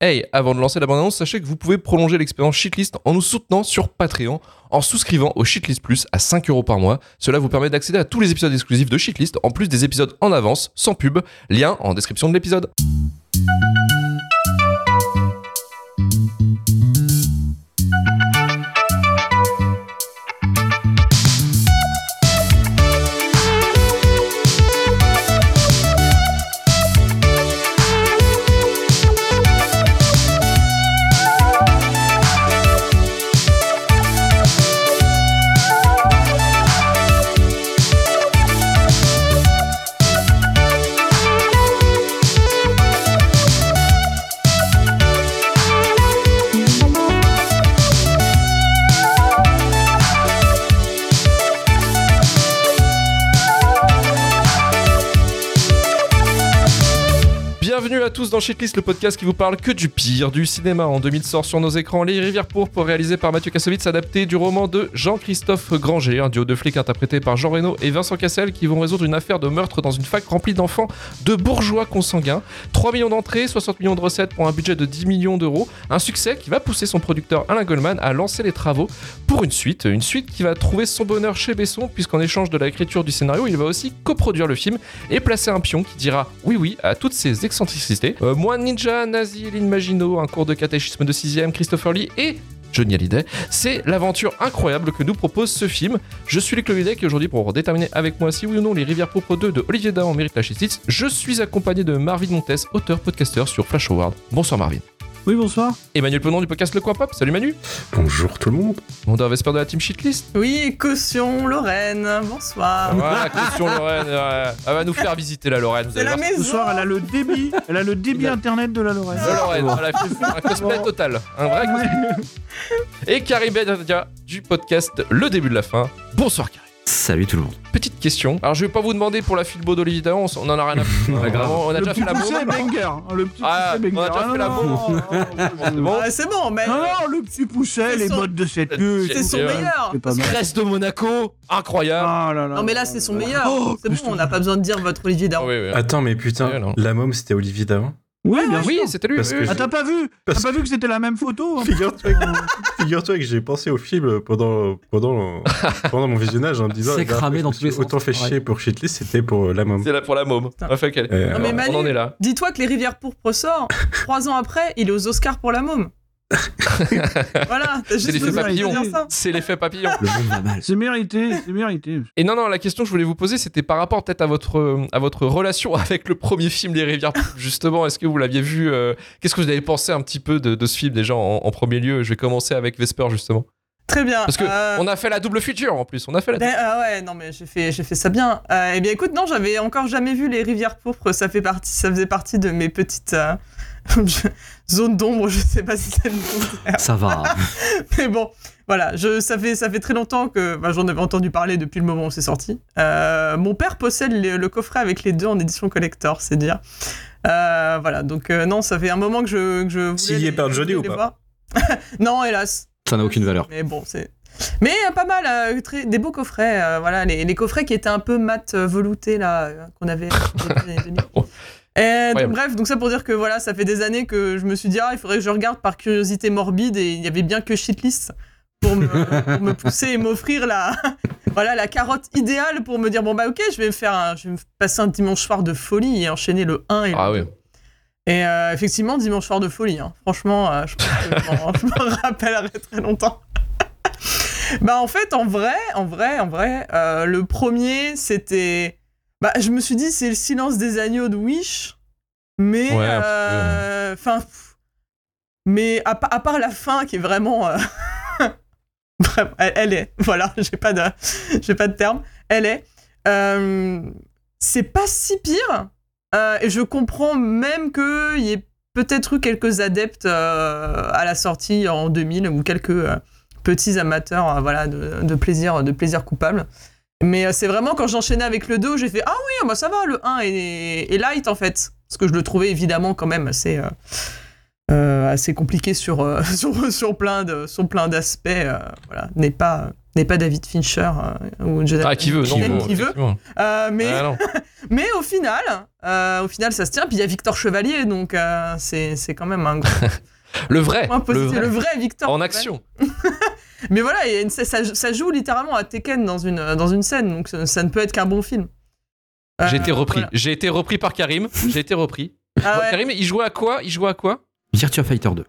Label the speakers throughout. Speaker 1: Hey, avant de lancer la bande-annonce, sachez que vous pouvez prolonger l'expérience Shitlist en nous soutenant sur Patreon, en souscrivant au Shitlist Plus à 5 euros par mois. Cela vous permet d'accéder à tous les épisodes exclusifs de Shitlist, en plus des épisodes en avance, sans pub. Lien en description de l'épisode. Bienvenue à tous dans Shitlist, le podcast qui vous parle que du pire du cinéma. En 2000 sort sur nos écrans Les Rivières Pourpres, réalisé par Mathieu Kassovitz, adapté du roman de Jean-Christophe Granger, un duo de flics interprété par Jean Reno et Vincent Cassel qui vont résoudre une affaire de meurtre dans une fac remplie d'enfants de bourgeois consanguins. 3 millions d'entrées, 60 millions de recettes pour un budget de 10 millions d'euros. Un succès qui va pousser son producteur Alain Goldman à lancer les travaux pour une suite. Une suite qui va trouver son bonheur chez Besson, puisqu'en échange de la écriture du scénario, il va aussi coproduire le film et placer un pion qui dira oui oui à toutes ses excentricités. Euh, moi, Ninja, Nazi, Lynn Maginot, un cours de catéchisme de 6ème, Christopher Lee et Johnny Hallyday. C'est l'aventure incroyable que nous propose ce film. Je suis Luc Levidec et aujourd'hui, pour déterminer avec moi si oui ou non les Rivières Pourpres 2 de Olivier Dahan mérite la justice, je suis accompagné de Marvin Montes, auteur podcasteur sur Flash Award. Bonsoir Marvin.
Speaker 2: Oui, bonsoir.
Speaker 1: Emmanuel Penon du podcast Le Coin Pop. Salut Manu.
Speaker 3: Bonjour tout le monde.
Speaker 1: Mondeur Vesper de la team Shitlist.
Speaker 4: Oui, caution Lorraine, bonsoir.
Speaker 1: Voilà, question Lorraine. ouais. Elle va nous faire visiter la Lorraine. vous
Speaker 4: C'est
Speaker 1: allez
Speaker 4: la
Speaker 1: voir.
Speaker 2: Ce
Speaker 4: maison.
Speaker 2: soir, elle a le débit, elle a le débit
Speaker 1: Il a-
Speaker 2: internet de la Lorraine.
Speaker 1: Ah La Lorraine, voilà, un cosplay
Speaker 2: Bon.
Speaker 1: total. Un vrai cosplay. Et Carrie Bedia du podcast Le Début de la Fin. Bonsoir Carrie.
Speaker 5: Salut tout le monde.
Speaker 1: Petite question. Alors je vais pas vous demander pour la filbo d'Olivier Dahan, on en a rien à foutre.
Speaker 5: Pas grave.
Speaker 1: Vraiment, on a
Speaker 2: le
Speaker 1: déjà
Speaker 2: petit
Speaker 1: fait la
Speaker 2: poussé
Speaker 1: bombe.
Speaker 2: banger. hein, Le petit
Speaker 1: Ah,
Speaker 2: poussé banger.
Speaker 1: on a déjà
Speaker 2: Ah,
Speaker 1: fait la
Speaker 2: non, non, non, non, non.
Speaker 4: Ah, c'est bon, mais
Speaker 2: Non, non, le petit poussé,
Speaker 4: C'est
Speaker 2: les
Speaker 4: son-
Speaker 2: bottes de cette queue.
Speaker 1: C'est
Speaker 4: c'est son
Speaker 1: euh,
Speaker 4: meilleur.
Speaker 2: C'est pas mal.
Speaker 1: Grèce de Monaco, incroyable.
Speaker 2: Ah, là, là,
Speaker 4: Non mais là c'est son meilleur.
Speaker 2: Oh,
Speaker 4: c'est bon, on n'a pas besoin de dire votre Olivier
Speaker 1: Ah
Speaker 4: Daron.
Speaker 1: oui, oui.
Speaker 3: Attends, mais putain,
Speaker 1: Ouais, non.
Speaker 3: la môme c'était Olivier Dahan.
Speaker 2: Oui, bien
Speaker 1: Oui,
Speaker 2: sûr.
Speaker 1: c'était lui.
Speaker 3: Parce
Speaker 1: oui,
Speaker 3: que
Speaker 1: oui.
Speaker 2: Ah, t'as pas vu T'as
Speaker 3: Parce-
Speaker 2: pas vu que c'était la même photo hein
Speaker 3: Figure-toi que, figure-toi que j'ai pensé au film pendant, pendant, pendant mon visionnage en me disant
Speaker 5: C'est
Speaker 3: eh ben,
Speaker 5: cramé
Speaker 3: je
Speaker 5: dans
Speaker 3: me
Speaker 5: tous
Speaker 3: suis
Speaker 5: les sens.
Speaker 3: Autant fait chier
Speaker 5: Ouais.
Speaker 3: pour Shitlist, c'était pour euh, la môme.
Speaker 1: C'est là pour la môme.
Speaker 4: Putain.
Speaker 1: Enfin, qu'elle-
Speaker 5: Euh,
Speaker 3: Eh,
Speaker 4: Non mais
Speaker 3: alors,
Speaker 4: Manu,
Speaker 1: on en est là.
Speaker 4: dis-toi que les Rivières Pourpres sort trois ans après, il est aux Oscars pour la môme. voilà, t'as
Speaker 1: C'est
Speaker 4: juste
Speaker 1: l'effet
Speaker 4: besoin de
Speaker 1: papillon.
Speaker 4: dire ça.
Speaker 1: C'est l'effet papillon.
Speaker 5: Le monde va mal.
Speaker 2: C'est mérité, c'est mérité.
Speaker 1: Et non, non, la question que je voulais vous poser, c'était par rapport peut-être à votre, euh, à votre relation avec le premier film Les Rivières. Pourpres, Justement, est-ce que vous l'aviez vu euh, Qu'est-ce que vous avez pensé un petit peu de, de ce film déjà en, en premier lieu Je vais commencer avec Vesper justement.
Speaker 4: Très bien.
Speaker 1: Parce que
Speaker 4: euh,
Speaker 1: on a fait la double future en plus. On a fait la.
Speaker 4: ben, ah ouais, non mais j'ai fait, j'ai fait ça bien. Euh, eh bien écoute, non, j'avais encore jamais vu les rivières pourpres. Ça fait partie, ça faisait partie de mes petites euh, je- zones d'ombre. Je sais pas si c'est le bon terme.
Speaker 5: Ça va. hein.
Speaker 4: Mais bon, voilà, je, ça, fait, ça fait très longtemps que bah, j'en avais entendu parler depuis le moment où c'est sorti. Euh, mon père possède les- le coffret avec les deux en édition collector, c'est dire. Euh, voilà, donc euh, non, ça fait un moment que je, que je voulais.
Speaker 3: S'il y est
Speaker 4: les-
Speaker 3: perdu
Speaker 4: je voulais
Speaker 3: ou
Speaker 4: les
Speaker 3: pas
Speaker 4: voir. Non, hélas.
Speaker 5: Ça n'a aucune valeur.
Speaker 4: Mais bon, c'est. Mais euh, pas mal, euh, très- des beaux coffrets. euh, voilà, les, les coffrets qui étaient un peu mat euh, veloutés, là, euh, qu'on avait. aux années 2000. Et donc,
Speaker 1: Incroyable.
Speaker 4: bref, donc ça pour dire que voilà, ça fait des années que je me suis dit, ah, il faudrait que je regarde par curiosité morbide, et il n'y avait bien que shitlist pour me, pour me pousser et m'offrir la, voilà, la carotte idéale pour me dire, bon, bah, ok, je vais, me faire un- je vais me passer un dimanche soir de folie et enchaîner le 1 et le
Speaker 1: Ah
Speaker 4: 2.
Speaker 1: oui.
Speaker 4: Et euh, effectivement, dimanche soir de folie. hein. Franchement, euh, je pense que je m'en- je m'en rappellerai très longtemps. bah en fait, en vrai, en vrai, en vrai, euh, le premier, c'était... Bah je me suis dit, c'est le silence des agneaux de Wish. Mais...
Speaker 1: Ouais,
Speaker 4: euh, Enfin... pff, mais à, pa- à part la fin qui est vraiment... euh, Bref, elle, elle est... Voilà, j'ai pas, de, j'ai pas de terme. Elle est... euh, c'est pas si pire. Euh, et je comprends même qu'il y ait peut-être eu quelques adeptes euh, à la sortie en 2000 ou quelques euh, petits amateurs euh, voilà, de, de plaisir, de plaisir coupable. Mais euh, c'est vraiment quand j'enchaînais avec le 2, j'ai fait Ah oui, bah ça va, le 1 est, est light en fait. Parce que je le trouvais évidemment quand même assez, euh, euh, euh, assez compliqué sur, euh, sur, sur plein de- sur plein d'aspects. euh, voilà, n'est pas n'est pas David Fincher euh, ou Jonathan
Speaker 1: Ah, qui veut, non,
Speaker 4: Cohen
Speaker 1: bon,
Speaker 4: qui veut.
Speaker 1: effectivement.
Speaker 4: Euh, mais
Speaker 1: Ah, non.
Speaker 4: mais au final, euh, au final, ça se tient. Puis il y a Victor Chevalier, donc euh, c'est c'est quand même un gros
Speaker 1: Le vrai,
Speaker 4: point
Speaker 1: le
Speaker 4: positif.
Speaker 1: vrai.
Speaker 4: Le vrai Victor.
Speaker 1: En
Speaker 4: Chevalier.
Speaker 1: action.
Speaker 4: Mais voilà, il y a une- ça, ça- ça joue littéralement à Tekken dans une, dans une scène, donc ça, ça ne peut être qu'un bon film. Euh,
Speaker 1: J'ai été repris.
Speaker 4: voilà.
Speaker 1: J'ai été repris par Karim. J'ai été repris.
Speaker 4: Ah ouais.
Speaker 1: Karim, il jouait à quoi Il jouait à quoi
Speaker 5: Virtua Fighter 2.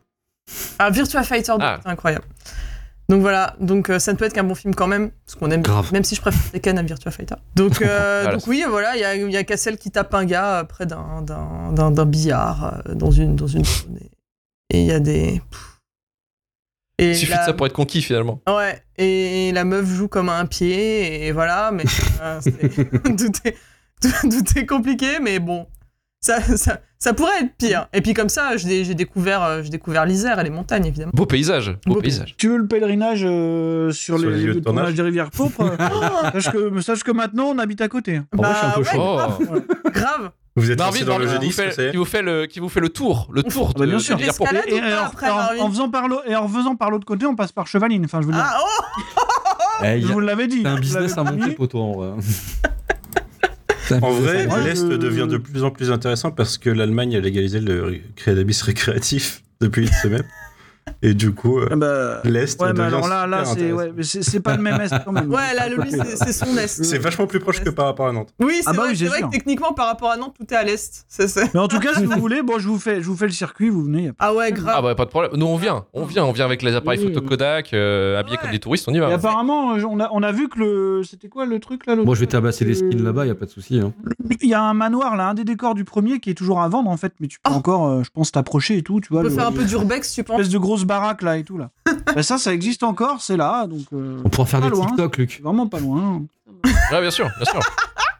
Speaker 4: Un Virtua Fighter 2,
Speaker 1: Ah.
Speaker 4: c'est incroyable. Donc voilà, donc euh, ça ne peut être qu'un bon film quand même, parce qu'on aime,
Speaker 5: Grave.
Speaker 4: même si je préfère Tekken à Virtua Fighter. Donc, euh,
Speaker 1: Voilà.
Speaker 4: donc oui, voilà, il y a, il y a Cassel qui tape un gars euh, près d'un- d'un d'un- d'un billard euh, dans une dans une zone. et et il y a des pff. et
Speaker 1: Il suffit
Speaker 4: la-
Speaker 1: de ça pour être conquis finalement.
Speaker 4: ouais et la meuf joue comme un pied et voilà, mais euh, c'est- tout, est, tout, tout est compliqué, mais bon. Ça, ça, ça pourrait être pire. Et puis comme ça, j'ai j'ai découvert, euh, j'ai découvert l'Isère et les montagnes, évidemment.
Speaker 1: Beau paysage. Beau,
Speaker 4: Beau
Speaker 1: paysage.
Speaker 2: Tu veux le pèlerinage euh, sur, les, lieux de tournage des rivières pauvres
Speaker 4: Oh,
Speaker 2: sache, que, sache que maintenant, on habite à côté. hein.
Speaker 3: En vrai, je suis
Speaker 5: Bah
Speaker 3: un peu chaud.
Speaker 1: Oh.
Speaker 4: Grave.
Speaker 3: Vous êtes
Speaker 1: Marvin,
Speaker 3: passé dans
Speaker 1: Marvin,
Speaker 3: le
Speaker 1: qui, vous
Speaker 3: génie,
Speaker 1: fait,
Speaker 3: c'est
Speaker 1: qui vous fait le, qui vous fait le tour, le tour
Speaker 2: Ah
Speaker 1: de,
Speaker 2: bah, bien
Speaker 1: de
Speaker 2: sûr.
Speaker 1: Liverpool.
Speaker 4: L'escalade. Ah, donc,
Speaker 2: et,
Speaker 4: pas
Speaker 2: en-
Speaker 4: après,
Speaker 2: en,
Speaker 4: Marvin.
Speaker 2: en faisant par l'au- et en faisant par l'autre côté, on passe par Chevaline. Enfin, je vous,
Speaker 4: Ah oh
Speaker 5: Eh, il
Speaker 2: je
Speaker 5: y a-
Speaker 2: vous l'avais dit.
Speaker 5: C'est un
Speaker 2: Je
Speaker 5: business à
Speaker 2: l'avais
Speaker 5: monter,
Speaker 2: dit.
Speaker 5: poteau, en vrai.
Speaker 3: En vrai,
Speaker 2: Moi,
Speaker 3: l'Est
Speaker 2: je-
Speaker 3: devient de plus en plus intéressant parce que l'Allemagne a légalisé le ré- cannabis récréatif depuis une semaine. Et du coup, euh,
Speaker 2: Ah bah,
Speaker 3: l'Est
Speaker 2: Ouais,
Speaker 3: devient
Speaker 2: mais alors là, là
Speaker 3: super
Speaker 2: c'est
Speaker 3: intéressant.
Speaker 2: ouais, mais c'est- c'est pas le même est quand même.
Speaker 4: Ouais, là, le- lui, c'est c'est son est.
Speaker 3: C'est vachement plus proche que par rapport à Nantes.
Speaker 4: Oui, c'est
Speaker 2: Ah bah
Speaker 4: vrai,
Speaker 2: oui,
Speaker 4: c'est
Speaker 2: j'ai
Speaker 4: vrai
Speaker 2: sûr.
Speaker 4: que techniquement, par rapport à Nantes, tout est à l'est. C'est- c'est-
Speaker 2: Mais en tout cas, si vous voulez, bon, je vous fais, je vous fais le circuit, vous venez. y a pas-
Speaker 4: Ah ouais,
Speaker 1: Ah
Speaker 4: grave.
Speaker 1: bah pas de problème. Nous on vient, on vient, on vient avec les appareils
Speaker 2: Oui,
Speaker 1: photo
Speaker 2: oui.
Speaker 1: Kodak, euh, habillés
Speaker 4: Ouais.
Speaker 1: comme des touristes, on y
Speaker 2: Et
Speaker 1: va.
Speaker 2: apparemment, euh, on a, on a vu que le, c'était quoi le truc là l'autre
Speaker 5: Moi, je vais tabasser les skins
Speaker 2: Euh,
Speaker 5: là-bas, y a pas de souci. hein.
Speaker 2: Il y a un manoir là, un des décors du premier qui est toujours à vendre en fait, mais tu peux
Speaker 4: Oh.
Speaker 2: encore, euh, je pense, t'approcher et tout, tu vois.
Speaker 4: On peut
Speaker 2: le-
Speaker 4: faire un peu d'urbex, tu penses
Speaker 2: espèce de grosse baraque là et tout là. bah, ça, ça existe encore, c'est là, donc euh,
Speaker 5: On pourra faire
Speaker 2: pas
Speaker 5: des
Speaker 2: loin.
Speaker 5: TikTok, Luc.
Speaker 2: c'est vraiment pas loin.
Speaker 1: Ouais, bien sûr, bien sûr.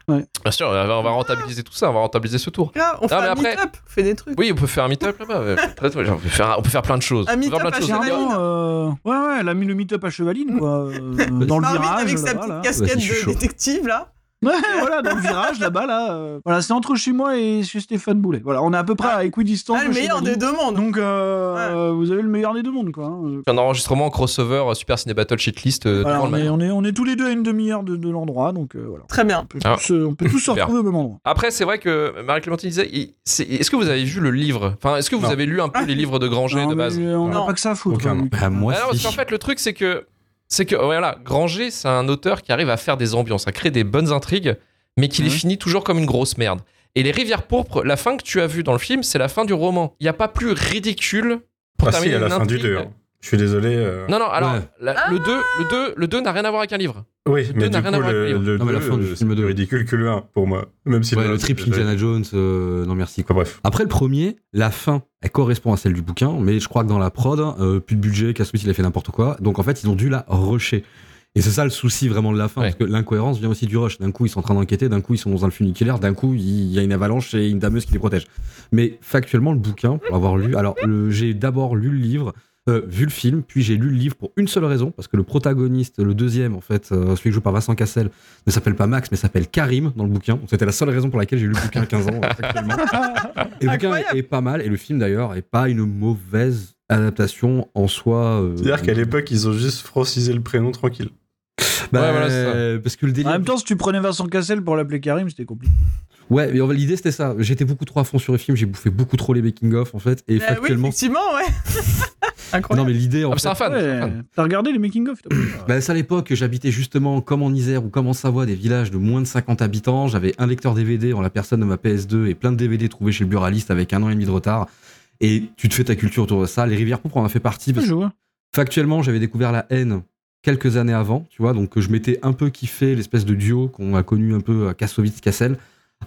Speaker 2: Ouais.
Speaker 1: Bien sûr, on va on va rentabiliser tout ça, on va rentabiliser ce tour.
Speaker 4: Grave, on fait
Speaker 1: mais
Speaker 4: un
Speaker 1: après-
Speaker 4: meet-up, on fait des trucs.
Speaker 1: Oui, on peut faire un meet-up là-bas. ouais. Très, très bien. On peut faire, on peut faire plein de choses.
Speaker 4: Un
Speaker 1: On peut faire
Speaker 4: meet-up
Speaker 1: plein de
Speaker 4: à
Speaker 1: choses.
Speaker 4: Cheval.
Speaker 2: Clairement, euh, ouais, ouais, elle a mis le meet-up à Chevaline quoi, euh,
Speaker 5: Bah,
Speaker 2: dans le
Speaker 4: Marvin
Speaker 2: virage.
Speaker 4: avec sa
Speaker 2: là-bas,
Speaker 4: petite
Speaker 2: là.
Speaker 4: casquette
Speaker 5: Vas-y, je suis
Speaker 4: de
Speaker 5: chaud.
Speaker 4: détective, là.
Speaker 2: Ouais, voilà, dans le virage là-bas, là. euh, voilà, c'est entre chez moi et chez Stéphane Boulet. Voilà, on est à peu près à équidistance.
Speaker 4: Ah, le
Speaker 2: de chez
Speaker 4: meilleur
Speaker 2: Boulet.
Speaker 4: des deux mondes.
Speaker 2: Donc, euh, vous avez le meilleur des deux mondes, quoi. hein. Euh,
Speaker 1: Un enregistrement crossover euh, Super Ciné Battle Shitlist euh,
Speaker 2: Voilà,
Speaker 1: devant
Speaker 2: on,
Speaker 1: le
Speaker 2: est,
Speaker 1: magasin.
Speaker 2: on, est, on est tous les deux à une demi-heure de, de l'endroit, donc euh, voilà.
Speaker 4: Très bien.
Speaker 2: On peut,
Speaker 1: Ah.
Speaker 2: tous, euh, on peut tous se
Speaker 1: Super.
Speaker 2: retrouver au même endroit.
Speaker 1: Après, c'est vrai que Marie-Clémentine disait il- c'est- est-ce que vous avez vu le livre Enfin, est-ce que vous
Speaker 3: Non.
Speaker 1: avez lu un peu
Speaker 4: Ah.
Speaker 1: les livres de Granger
Speaker 2: Non,
Speaker 1: de
Speaker 2: mais,
Speaker 1: base
Speaker 2: euh, on n'a
Speaker 4: Non.
Speaker 2: pas que ça à foutre.
Speaker 3: Aucun,
Speaker 2: hein,
Speaker 3: non.
Speaker 2: Luc.
Speaker 5: Bah, moi,
Speaker 1: Ah non, parce
Speaker 5: si.
Speaker 1: qu'en fait, le truc, c'est que, c'est que, voilà, Granger, c'est un auteur qui arrive à faire des ambiances, à créer des bonnes intrigues, mais qui les
Speaker 2: Mhm.
Speaker 1: finit toujours comme une grosse merde. Et les Rivières Pourpres, la fin que tu as vue dans le film, c'est la fin du roman. Il n'y a pas plus ridicule pour
Speaker 3: Ah si,
Speaker 1: terminer
Speaker 3: à la
Speaker 1: une
Speaker 3: fin du
Speaker 1: intrigue.
Speaker 3: 2. Je suis désolé. euh,
Speaker 1: Non, non, alors,
Speaker 5: Ouais.
Speaker 1: la- le 2 le deux, le deux n'a rien à voir avec un livre.
Speaker 3: Oui,
Speaker 1: Le deux
Speaker 3: mais
Speaker 1: n'a
Speaker 3: du
Speaker 1: rien
Speaker 3: coup,
Speaker 1: à voir avec
Speaker 3: le,
Speaker 1: le livre.
Speaker 3: le
Speaker 5: Non, mais la fin du
Speaker 3: deux, euh, c'est
Speaker 5: film deux.
Speaker 3: plus ridicule que le 1 pour moi. Même si
Speaker 5: Ouais,
Speaker 3: un,
Speaker 5: le triple
Speaker 3: je-
Speaker 5: Indiana Jones, euh, non merci. quoi.
Speaker 3: Enfin, bref.
Speaker 5: Après le premier, la fin, elle correspond à celle du bouquin, mais je crois que dans la prod, euh, plus de budget, Cascousse il a fait n'importe quoi, donc en fait ils ont dû la rusher. Et c'est ça le souci vraiment de la fin,
Speaker 1: Ouais.
Speaker 5: parce que l'incohérence vient aussi du rush. D'un coup ils sont en train d'enquêter, d'un coup ils sont dans un funiculaire, d'un coup il y a une avalanche et une dameuse qui les protège. Mais factuellement le bouquin, pour l'avoir lu, alors le- j'ai d'abord lu le livre, euh, vu le film, puis j'ai lu le livre pour une seule raison, parce que le protagoniste, le deuxième en fait, euh, celui que joue par Vincent Cassel, ne s'appelle pas Max, mais s'appelle Karim dans le bouquin. Donc, C'était la seule raison pour laquelle j'ai lu le bouquin à 15 ans. euh, factuellement. et le bouquin est,
Speaker 4: Incroyable.
Speaker 5: est pas mal, et le film d'ailleurs est pas une mauvaise adaptation en soi. euh,
Speaker 3: C'est-à-dire qu'à l'époque, ils ont juste francisé le prénom tranquille.
Speaker 5: bah,
Speaker 1: Ouais, voilà, c'est
Speaker 5: Parce que le
Speaker 2: En
Speaker 5: délire.
Speaker 2: même temps, si tu prenais Vincent Cassel pour l'appeler Karim, c'était compliqué.
Speaker 5: Ouais, mais en fait, l'idée c'était ça. J'étais beaucoup trop à fond sur le film, j'ai bouffé beaucoup trop les making-of en fait, et
Speaker 4: Euh, oui,
Speaker 5: factuellement.
Speaker 4: effectivement, ouais.
Speaker 5: non,
Speaker 4: Incroyable.
Speaker 5: mais l'idée en
Speaker 1: Ah, mais c'est un
Speaker 5: fait.
Speaker 1: fan. c'est un fan.
Speaker 2: Ouais, T'as regardé les making-of toi
Speaker 5: Bah, ça, à l'époque, j'habitais justement, comme en Isère ou comme en Savoie, des villages de moins de 50 habitants. J'avais un lecteur DVD en la personne de ma PS2 et plein de DVD trouvés chez le buraliste avec un an et demi de retard. Et tu te fais ta culture autour de ça. Les rivières pourpres en a fait partie parce que
Speaker 2: Je vois.
Speaker 5: Factuellement, j'avais découvert la haine quelques années avant, tu vois, donc euh, je m'étais un peu kiffé l'espèce de duo qu'on a connu un peu à Kassovitz-Cassel.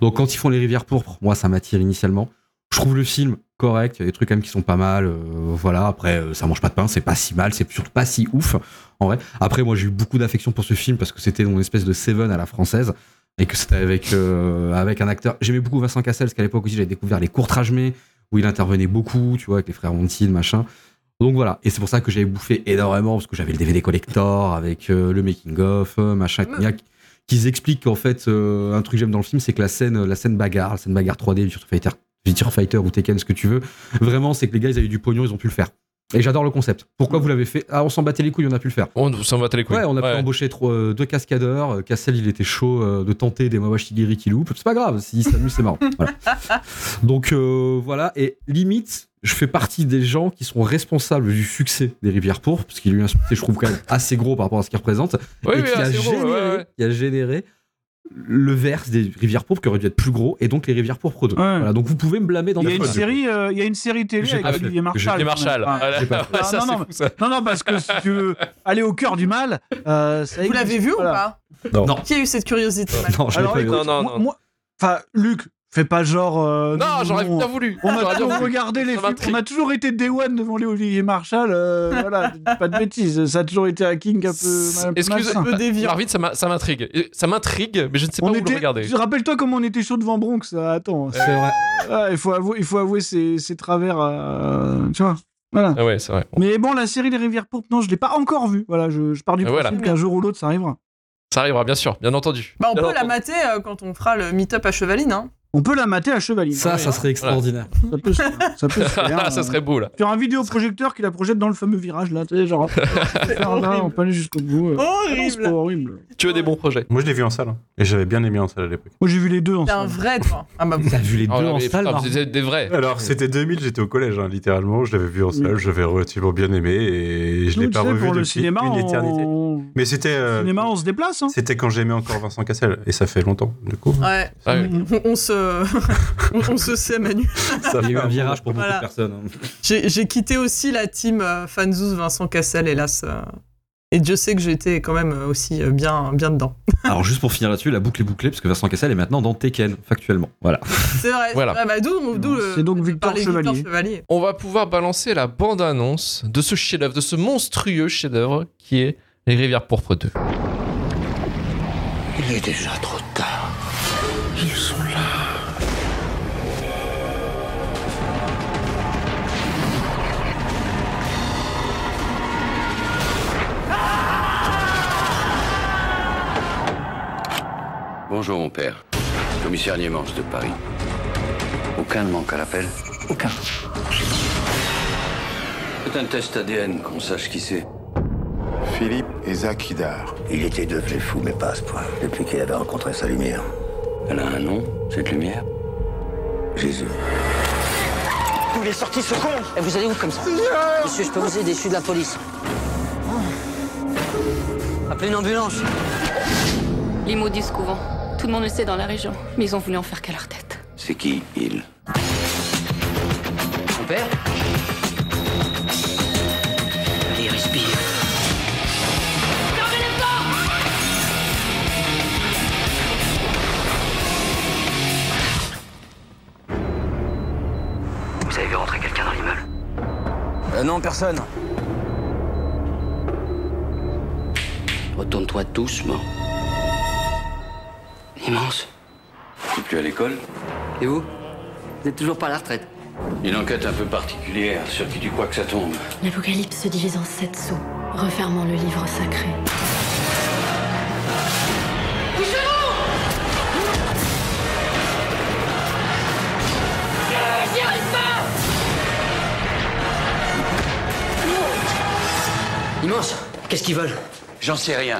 Speaker 5: Donc quand ils font les rivières pourpres, moi ça m'attire initialement. Je trouve le film correct, il y a des trucs quand même qui sont pas mal, euh, voilà, après euh, ça mange pas de pain, c'est pas si mal, c'est surtout pas si ouf, en vrai. Après moi j'ai eu beaucoup d'affection pour ce film parce que c'était mon espèce de Seven à la française et que c'était avec, euh, avec un acteur. J'aimais beaucoup Vincent Cassel parce qu'à l'époque aussi j'avais découvert les courts trajmés où il intervenait beaucoup, tu vois, avec les frères Monty, le machin. Donc voilà, et c'est pour ça que j'avais bouffé énormément, parce que j'avais le DVD collector avec euh, le making of, euh, machin,
Speaker 4: Mm.
Speaker 5: gnac, euh, qu'ils expliquent qu'en fait, euh, un truc que j'aime dans le film, c'est que la scène, la scène bagarre, la scène bagarre 3D sur Fighter, Street Fighter ou Tekken, ce que tu veux. Vraiment, c'est que les gars, ils avaient du pognon, ils ont pu le faire. Et j'adore le concept. Pourquoi vous l'avez fait Ah, on s'en battait les couilles, on a pu le faire.
Speaker 1: On s'en battait les couilles.
Speaker 5: Ouais, on a pu embaucher trois- euh, deux cascadeurs. Euh, Cassel, il était chaud euh, de tenter des Mawashigiri qui loupent. C'est pas grave, s'il s'amuse, c'est marrant. Voilà. Donc euh, voilà, et limite, je fais partie des gens qui sont responsables du succès des Rivières Pourpres, parce qu'il lui a un succès, je trouve, quand même assez gros par rapport à ce qu'il représente.
Speaker 1: Ouais,
Speaker 5: et
Speaker 1: ouais,
Speaker 5: qui a,
Speaker 1: ah, c'est gros, ouais,
Speaker 5: généré,
Speaker 1: ouais.
Speaker 5: qui a généré le verse des Rivières Pourpres qui aurait dû être plus gros, et donc les Rivières Pourpres 2.
Speaker 2: Ouais.
Speaker 5: Voilà, donc vous pouvez me blâmer dans
Speaker 2: Il y, a
Speaker 5: mes
Speaker 2: une
Speaker 5: phrases.
Speaker 2: série, euh, il y a une série télé
Speaker 5: J'ai
Speaker 2: avec
Speaker 5: pas fait.
Speaker 2: Olivier Marshall.
Speaker 1: Les
Speaker 2: quand
Speaker 1: Marshall.
Speaker 2: même. Ah.
Speaker 1: Voilà.
Speaker 5: j'ai pas
Speaker 1: Ouais, ça,
Speaker 2: Non, non,
Speaker 1: c'est fou, ça.
Speaker 2: Non, non, parce que si tu veux aller au cœur du mal, euh, ça
Speaker 4: Vous
Speaker 2: existe,
Speaker 4: l'avez vu
Speaker 2: voilà.
Speaker 4: ou pas
Speaker 3: Non.
Speaker 5: Non.
Speaker 4: Qui a eu cette curiosité Max
Speaker 5: Non, je l'ai
Speaker 2: Alors,
Speaker 5: pas vu.
Speaker 2: écoute,
Speaker 1: Non, non,
Speaker 2: moi-
Speaker 1: non.
Speaker 2: moi- Enfin, Luc, fais pas genre. euh,
Speaker 1: Non,
Speaker 2: nous,
Speaker 1: j'aurais
Speaker 2: on-
Speaker 1: bien voulu.
Speaker 2: On a
Speaker 1: J'aurais bien
Speaker 2: toujours
Speaker 1: voulu.
Speaker 2: regardé les
Speaker 1: Ça
Speaker 2: films.
Speaker 1: m'intrigue.
Speaker 2: On a toujours été Day One devant les Olivier Marshall. euh, voilà, dites pas de bêtises. Ça a toujours été un king un peu.
Speaker 1: S-
Speaker 2: un peu
Speaker 1: excuse-
Speaker 2: malsain.
Speaker 4: Peu déviant.
Speaker 1: Marvin, ça m'a- ça m'intrigue. Et Ça m'intrigue, mais je ne sais pas où le
Speaker 2: était.
Speaker 1: regarder.
Speaker 2: tu- Rappelle-toi comment on était chaud devant Bronx. euh, Attends,
Speaker 5: C'est vrai.
Speaker 2: Ah, il faut avouer, il faut avouer ses, ses travers. euh, tu vois. Voilà.
Speaker 1: Ah ouais, c'est vrai.
Speaker 2: Mais bon, la série Les Rivières Pourpres, non, je l'ai pas encore vue. Voilà, je, je pars du
Speaker 1: Et voilà.
Speaker 2: principe qu'un jour ou l'autre, ça arrivera.
Speaker 1: Ça arrivera, bien sûr, bien entendu.
Speaker 4: Bah, on
Speaker 1: Bien
Speaker 4: peut la
Speaker 1: entendu.
Speaker 4: mater euh, quand on fera le meet-up à Chevaline. Hein.
Speaker 2: On peut la mater à Chevalier.
Speaker 5: Ça, ça serait extraordinaire.
Speaker 2: hein. Ça peut se faire. Ça, peut se faire,
Speaker 1: Ah, ça
Speaker 2: euh,
Speaker 1: serait beau là.
Speaker 2: Sur un vidéoprojecteur qui la projette dans le fameux virage, là, tu sais, genre. ah, Là, on peut aller jusqu'au bout. euh. Ah non, c'est pas
Speaker 4: Horrible
Speaker 2: horrible.
Speaker 1: Tu veux des bons projets.
Speaker 3: Moi, je l'ai vu en salle. hein. Et j'avais bien aimé en salle à l'époque.
Speaker 2: Moi, j'ai vu les deux
Speaker 4: T'es un
Speaker 2: ensemble.
Speaker 4: vrai, toi. Ah bah,
Speaker 5: T'as vu les deux
Speaker 1: Ah, non,
Speaker 5: en
Speaker 1: mais
Speaker 5: salle,
Speaker 1: putain,
Speaker 5: Marvin
Speaker 1: Vous êtes des vrais.
Speaker 3: Alors, c'était 2000, j'étais au collège, hein, littéralement. Je l'avais vu en salle, je l'avais relativement bien aimé et je l'ai
Speaker 2: Nous,
Speaker 3: pas
Speaker 2: tu sais,
Speaker 3: revu
Speaker 2: pour le
Speaker 3: depuis
Speaker 2: cinéma,
Speaker 3: une éternité.
Speaker 2: on...
Speaker 3: Mais c'était. euh,
Speaker 2: cinéma, on se déplace. Hein.
Speaker 3: C'était quand j'aimais encore Vincent Cassel, et ça fait longtemps, du coup.
Speaker 4: ouais.
Speaker 1: Ah oui.
Speaker 2: Mm.
Speaker 4: On, on se... on, on se sait, Manu.
Speaker 2: Ah,
Speaker 3: Ça
Speaker 5: Il y a eu
Speaker 3: fait
Speaker 5: un virage pour
Speaker 4: Voilà.
Speaker 5: beaucoup de personnes. hein.
Speaker 4: J'ai j'ai quitté aussi la team euh, Fanzouz Vincent Cassel, hélas. euh, Et Dieu sait que j'étais quand même euh, aussi euh, bien, bien dedans.
Speaker 5: Alors juste pour finir là-dessus, la boucle est bouclée parce que Vincent Cassel est maintenant dans Tekken, factuellement. Voilà.
Speaker 4: C'est vrai.
Speaker 1: Voilà.
Speaker 4: c'est vrai. Bah, d'où- d'où le-
Speaker 2: C'est donc
Speaker 4: de
Speaker 2: Victor
Speaker 4: parler
Speaker 2: Chevalier.
Speaker 4: Chevalier.
Speaker 1: On va pouvoir balancer la bande-annonce de ce chef-d'œuvre, de ce monstrueux chef-d'œuvre qui est Les Rivières Pourpres 2.
Speaker 6: Il est déjà trop tard. Ils sont là. Bonjour mon père, commissaire Niémance de Paris. Aucun ne manque à l'appel Aucun. C'est un test ADN qu'on sache qui c'est.
Speaker 7: Philippe et Zakidar.
Speaker 6: Il était devenu fou, mais pas à ce point, depuis qu'il avait rencontré sa lumière. Elle a un nom, cette lumière Jésus.
Speaker 8: Il est sorti ce con Et Eh, vous allez où comme ça Monsieur, je peux vous aider, je suis de la police. Appelez une ambulance
Speaker 9: Les mots disent couvent. Tout le monde le sait dans la région, mais ils ont voulu en faire qu'à leur tête.
Speaker 6: C'est qui, il
Speaker 8: Mon père Allez, respire.
Speaker 6: Vous avez vu rentrer quelqu'un dans l'immeuble
Speaker 8: Euh, non, personne.
Speaker 6: Retourne-toi doucement.
Speaker 8: Immense.
Speaker 6: Tu plus à l'école
Speaker 8: Et vous Vous n'êtes toujours pas à la retraite
Speaker 6: Une enquête un peu particulière sur qui tu crois que ça tombe.
Speaker 9: L'Apocalypse se divise en sept sceaux, refermant le livre sacré.
Speaker 8: Immense Qu'est-ce qu'ils veulent
Speaker 6: J'en sais rien.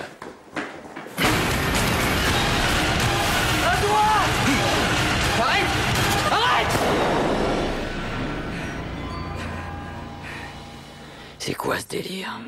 Speaker 8: C'est quoi ce délire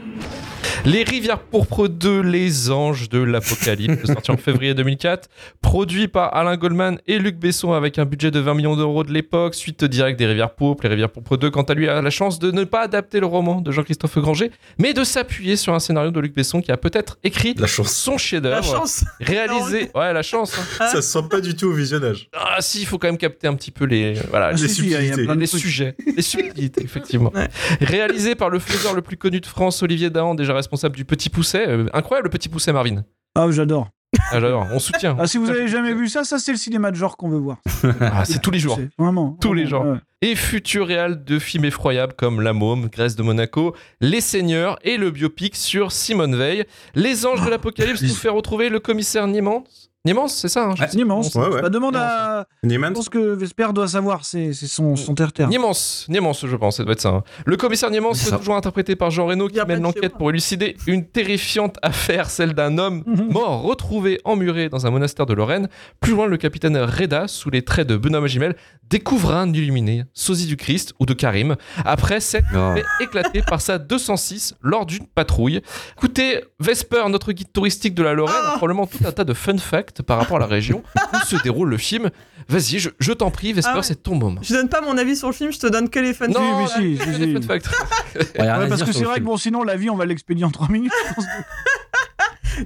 Speaker 1: Les Rivières Pourpres 2, Les Anges de l'Apocalypse, sorti en février 2004, produit par Alain Goldman et Luc Besson avec un budget de 20 millions d'euros de l'époque, suite directe des Rivières Pourpres. Les Rivières Pourpres 2, quant à lui, a la chance de ne pas adapter le roman de Jean-Christophe Granger, mais de s'appuyer sur un scénario de Luc Besson qui a peut-être écrit
Speaker 3: La chance.
Speaker 1: son
Speaker 4: La
Speaker 1: chef-d'œuvre,
Speaker 4: chance.
Speaker 1: réalisé. Ouais, la chance. hein.
Speaker 3: Ça se sent pas du tout au visionnage.
Speaker 1: Ah, si, il faut quand même capter un petit peu les. Voilà,
Speaker 2: Ah,
Speaker 3: les
Speaker 2: si, si, il y a- il y a
Speaker 3: subtilités.
Speaker 2: plein de
Speaker 1: les
Speaker 2: trucs.
Speaker 1: sujets, les subtilités, effectivement.
Speaker 4: Ouais.
Speaker 1: Réalisé par le faiseur le plus connu de France, Olivier Dahan, déjà responsable du Petit Pousset. Euh, incroyable le Petit Pousset, Marvin.
Speaker 2: Ah, j'adore.
Speaker 1: Ah, j'adore, on soutient.
Speaker 2: Ah, si vous avez jamais vu ça, ça c'est le cinéma de genre qu'on veut voir.
Speaker 1: Ah, c'est tous les jours.
Speaker 2: C'est Vraiment.
Speaker 1: Tous les
Speaker 2: vraiment,
Speaker 1: genres.
Speaker 2: ouais.
Speaker 1: Et futur réal de films effroyables comme La Môme, Grèce de Monaco, Les Seigneurs
Speaker 4: Ah,
Speaker 1: et le biopic sur Simone Veil. Les Anges de l'Apocalypse, nous fait retrouver le commissaire Niemans Niemann, c'est ça hein, je
Speaker 3: Ouais.
Speaker 1: sais.
Speaker 2: Niemann,
Speaker 3: Ouais, ouais.
Speaker 2: bah, demande
Speaker 1: Niemann,
Speaker 2: à. Je
Speaker 3: Niemann,
Speaker 2: pense que Vesper doit savoir, c'est c'est son, son terre-terre.
Speaker 1: Niemans, Niemans, je pense, ça doit être ça. hein. Le commissaire Niemans,
Speaker 5: C'est
Speaker 1: c'est
Speaker 5: ça.
Speaker 1: toujours interprété par Jean Reno,
Speaker 4: Y
Speaker 1: qui
Speaker 4: a pas
Speaker 1: mène
Speaker 4: de
Speaker 1: l'enquête
Speaker 4: chez
Speaker 1: pour élucider une terrifiante affaire, celle d'un homme
Speaker 2: Mhm.
Speaker 1: mort retrouvé emmuré dans un monastère de Lorraine. Plus loin, le capitaine Reda, sous les traits de Benoît Magimel, découvre un illuminé, sosie du Christ ou de Karim, après s'être
Speaker 5: Ah.
Speaker 1: fait éclater par sa 206 lors d'une patrouille. Écoutez, Vesper, notre guide touristique de la Lorraine, a probablement tout un tas de fun facts par rapport à la région où se déroule le film. Vas-y, je, je t'en prie, Vesper,
Speaker 4: Ah ouais.
Speaker 1: c'est ton moment.
Speaker 4: Je donne pas mon avis sur le film, je te donne que les fun
Speaker 1: Non,
Speaker 4: facts.
Speaker 2: Oui, mais
Speaker 1: là,
Speaker 2: si,
Speaker 1: Que
Speaker 2: si,
Speaker 1: des
Speaker 2: si.
Speaker 1: fun facts.
Speaker 5: Ouais, y a rien à
Speaker 2: Ouais, parce
Speaker 5: Ah, dire
Speaker 2: que
Speaker 5: sur
Speaker 2: c'est
Speaker 5: le
Speaker 2: vrai que
Speaker 5: film.
Speaker 2: bon, sinon, la vie, on va l'expédier en 3 minutes. je pense.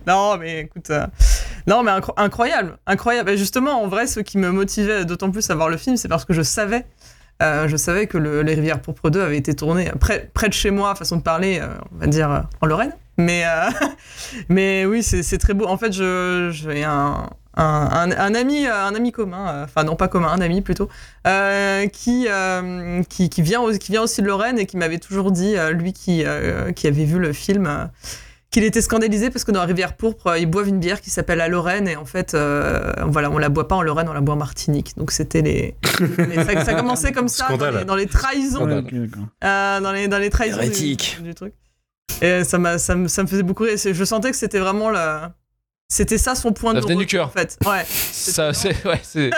Speaker 4: Non, mais écoute. euh, Non, mais incro- incroyable. Incroyable. Et justement, en vrai, ce qui me motivait d'autant plus à voir le film, c'est parce que je savais. euh, je savais que le- Les Rivières Pourpres 2 avait été tourné près, près de chez moi, façon de parler, euh, on va dire euh, en Lorraine. Mais, euh, mais oui, c'est c'est très beau. En fait, je- j'ai un, un, un- un ami, euh, un ami commun, euh, enfin non pas commun, un ami plutôt, euh, qui, euh, qui, qui vient, au- qui vient aussi de Lorraine et qui m'avait toujours dit, euh, lui qui, euh, qui avait vu le film, euh, qu'il était scandalisé parce que dans la Rivière Pourpre, euh, ils boivent une bière qui s'appelle la Lorraine et en fait, euh, voilà, on la boit pas en Lorraine, on la boit en Martinique. Donc c'était les. les- ça, ça commençait comme ça, dans
Speaker 3: Scandale.
Speaker 4: les, dans les trahisons.
Speaker 2: Ouais, ok, d'accord.
Speaker 4: Euh, dans les dans les trahisons du,
Speaker 10: Hérétique.
Speaker 4: du truc. Et ça m'a ça me ça me faisait beaucoup rire. C'est- Je sentais que c'était vraiment la c'était ça son point
Speaker 1: Ça
Speaker 4: de
Speaker 1: venait
Speaker 4: retour
Speaker 1: du cœur.
Speaker 4: en fait. Ouais.
Speaker 1: Ça, c'est, ouais, c'est-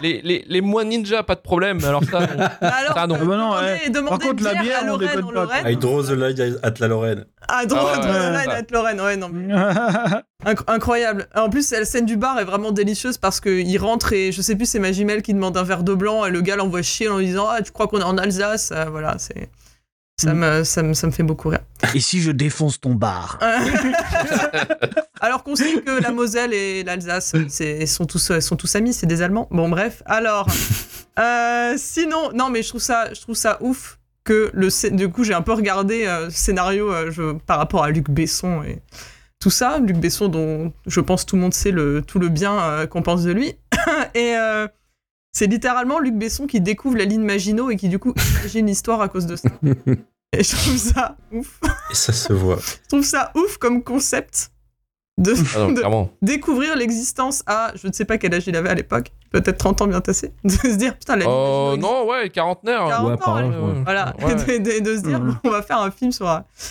Speaker 1: les, les, les moines ninja, pas de problème. Alors ça, on-
Speaker 4: Bah Alors
Speaker 1: Ah non.
Speaker 4: euh,
Speaker 1: Ah
Speaker 2: bah non,
Speaker 4: demandez- demandez
Speaker 2: Par contre, la
Speaker 4: bière
Speaker 2: bière,
Speaker 4: à
Speaker 2: on
Speaker 4: Lorraine
Speaker 2: déconne
Speaker 4: en
Speaker 2: pas,
Speaker 4: Lorraine.
Speaker 2: quoi.
Speaker 3: I draw the line at la Lorraine.
Speaker 4: Ah drôle
Speaker 1: Ah ouais,
Speaker 4: de Lorraine
Speaker 1: ça.
Speaker 4: à Lorraine. Ouais non. mais Inc- Incroyable. En plus, la scène du bar est vraiment délicieuse parce qu'il rentre et je sais plus, c'est Magimel qui demande un verre de blanc et le gars l'envoie chier en lui disant Ah, tu crois qu'on est en Alsace Euh, Voilà, c'est. Ça,
Speaker 2: Mm.
Speaker 4: me, ça, me, ça me fait beaucoup rire.
Speaker 2: Et si je défonce ton bar
Speaker 4: Euh, alors qu'on sait que la Moselle et l'Alsace c'est- sont tous, sont tous amis, c'est des Allemands. Bon, bref. Alors, euh, sinon, non, mais je trouve ça, je trouve ça ouf que le. scé- Du coup, j'ai un peu regardé euh, le scénario euh, je, par rapport à Luc Besson et tout ça. Luc Besson, dont je pense tout le monde sait le, tout le bien euh, qu'on pense de lui. et. euh, c'est littéralement Luc Besson qui découvre la ligne Maginot et qui du coup imagine l'histoire à cause de ça. Et je trouve ça ouf.
Speaker 3: Et ça se voit.
Speaker 4: Je trouve ça ouf comme concept de,
Speaker 1: Ah non,
Speaker 4: de
Speaker 1: clairement.
Speaker 4: découvrir l'existence à je ne sais pas quel âge il avait à l'époque, peut-être 30 ans bien tassé, de se dire putain la
Speaker 1: Oh
Speaker 4: ligne de Juno
Speaker 1: non, ouais, quarantenaire.
Speaker 4: existe 40
Speaker 5: Ouais,
Speaker 4: ans,
Speaker 5: par là,
Speaker 4: elle-
Speaker 5: ouais.
Speaker 1: Euh,
Speaker 4: Voilà,
Speaker 1: ouais.
Speaker 4: et de, de- de se dire
Speaker 2: Mhm.
Speaker 4: bon, on va faire un film sur,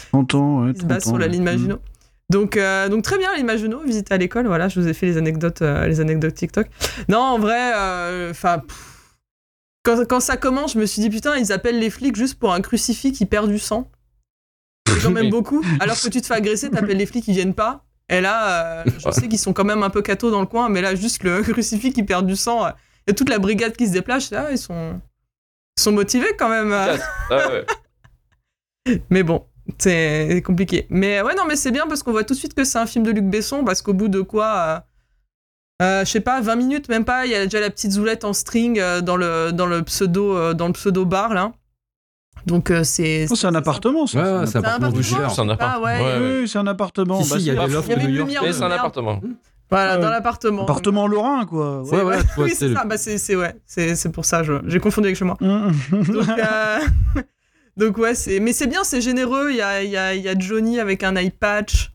Speaker 2: 30 ans, ouais. Oh, Mm.
Speaker 4: qui se base Bah, sur la ligne Maginot. Donc, euh, donc très bien, les Maginot, visite à l'école, voilà, je vous ai fait les anecdotes, euh, les anecdotes TikTok. Non, en vrai, euh, enfin, pff, quand, quand ça commence, je me suis dit, putain, ils appellent les flics juste pour un crucifix qui perd du sang. C'est quand même
Speaker 1: Oui.
Speaker 4: beaucoup. Alors que tu te fais agresser, t'appelles les flics, ils viennent pas. Et là, euh, je sais qu'ils sont quand même un peu cato dans le coin, mais là, juste le crucifix qui perd du sang, euh, et toute la brigade qui se déplace, là, ils sont, ils sont motivés quand même. euh.
Speaker 1: Ah ouais.
Speaker 4: Mais bon, c'est compliqué. Mais ouais, non, mais c'est bien parce qu'on voit tout de suite que c'est un film de Luc Besson, parce qu'au bout de quoi, euh, euh, je sais pas, 20 minutes, même pas, il y a déjà la petite zoulette en string euh, dans le, dans le pseudo, euh, dans le pseudo bar là. Donc euh, c'est.
Speaker 2: Oh, c'est un appartement, ça.
Speaker 5: Ouais, ouais,
Speaker 2: c'est un
Speaker 5: c'est un appartement de Schiller.
Speaker 1: C'est un appartement.
Speaker 4: Ah ouais.
Speaker 2: appartement. Oui, oui, c'est un appartement.
Speaker 5: Si, si,
Speaker 2: Bah,
Speaker 5: il y
Speaker 2: c'est-
Speaker 5: avait
Speaker 1: pas
Speaker 4: fou. Il
Speaker 5: l'offre
Speaker 4: y
Speaker 5: de
Speaker 4: avait
Speaker 5: New
Speaker 4: une
Speaker 5: York.
Speaker 4: lumière
Speaker 1: Mais c'est un
Speaker 4: Merde.
Speaker 1: appartement.
Speaker 4: Voilà,
Speaker 2: Ah Ouais.
Speaker 4: dans l'appartement.
Speaker 2: Appartement Lorrain, quoi.
Speaker 5: Ouais, voilà, tu vois,
Speaker 4: oui,
Speaker 5: tu sais,
Speaker 4: c'est
Speaker 5: le-
Speaker 4: ça. Bah, c'est c'est- ouais, c'est c'est pour ça. je- J'ai confondu avec chez moi.
Speaker 2: Mmh.
Speaker 1: Mhm.
Speaker 4: Donc, euh, donc ouais, c'est... mais c'est bien, c'est généreux. Il y a, il y a- il y a Johnny avec un eye patch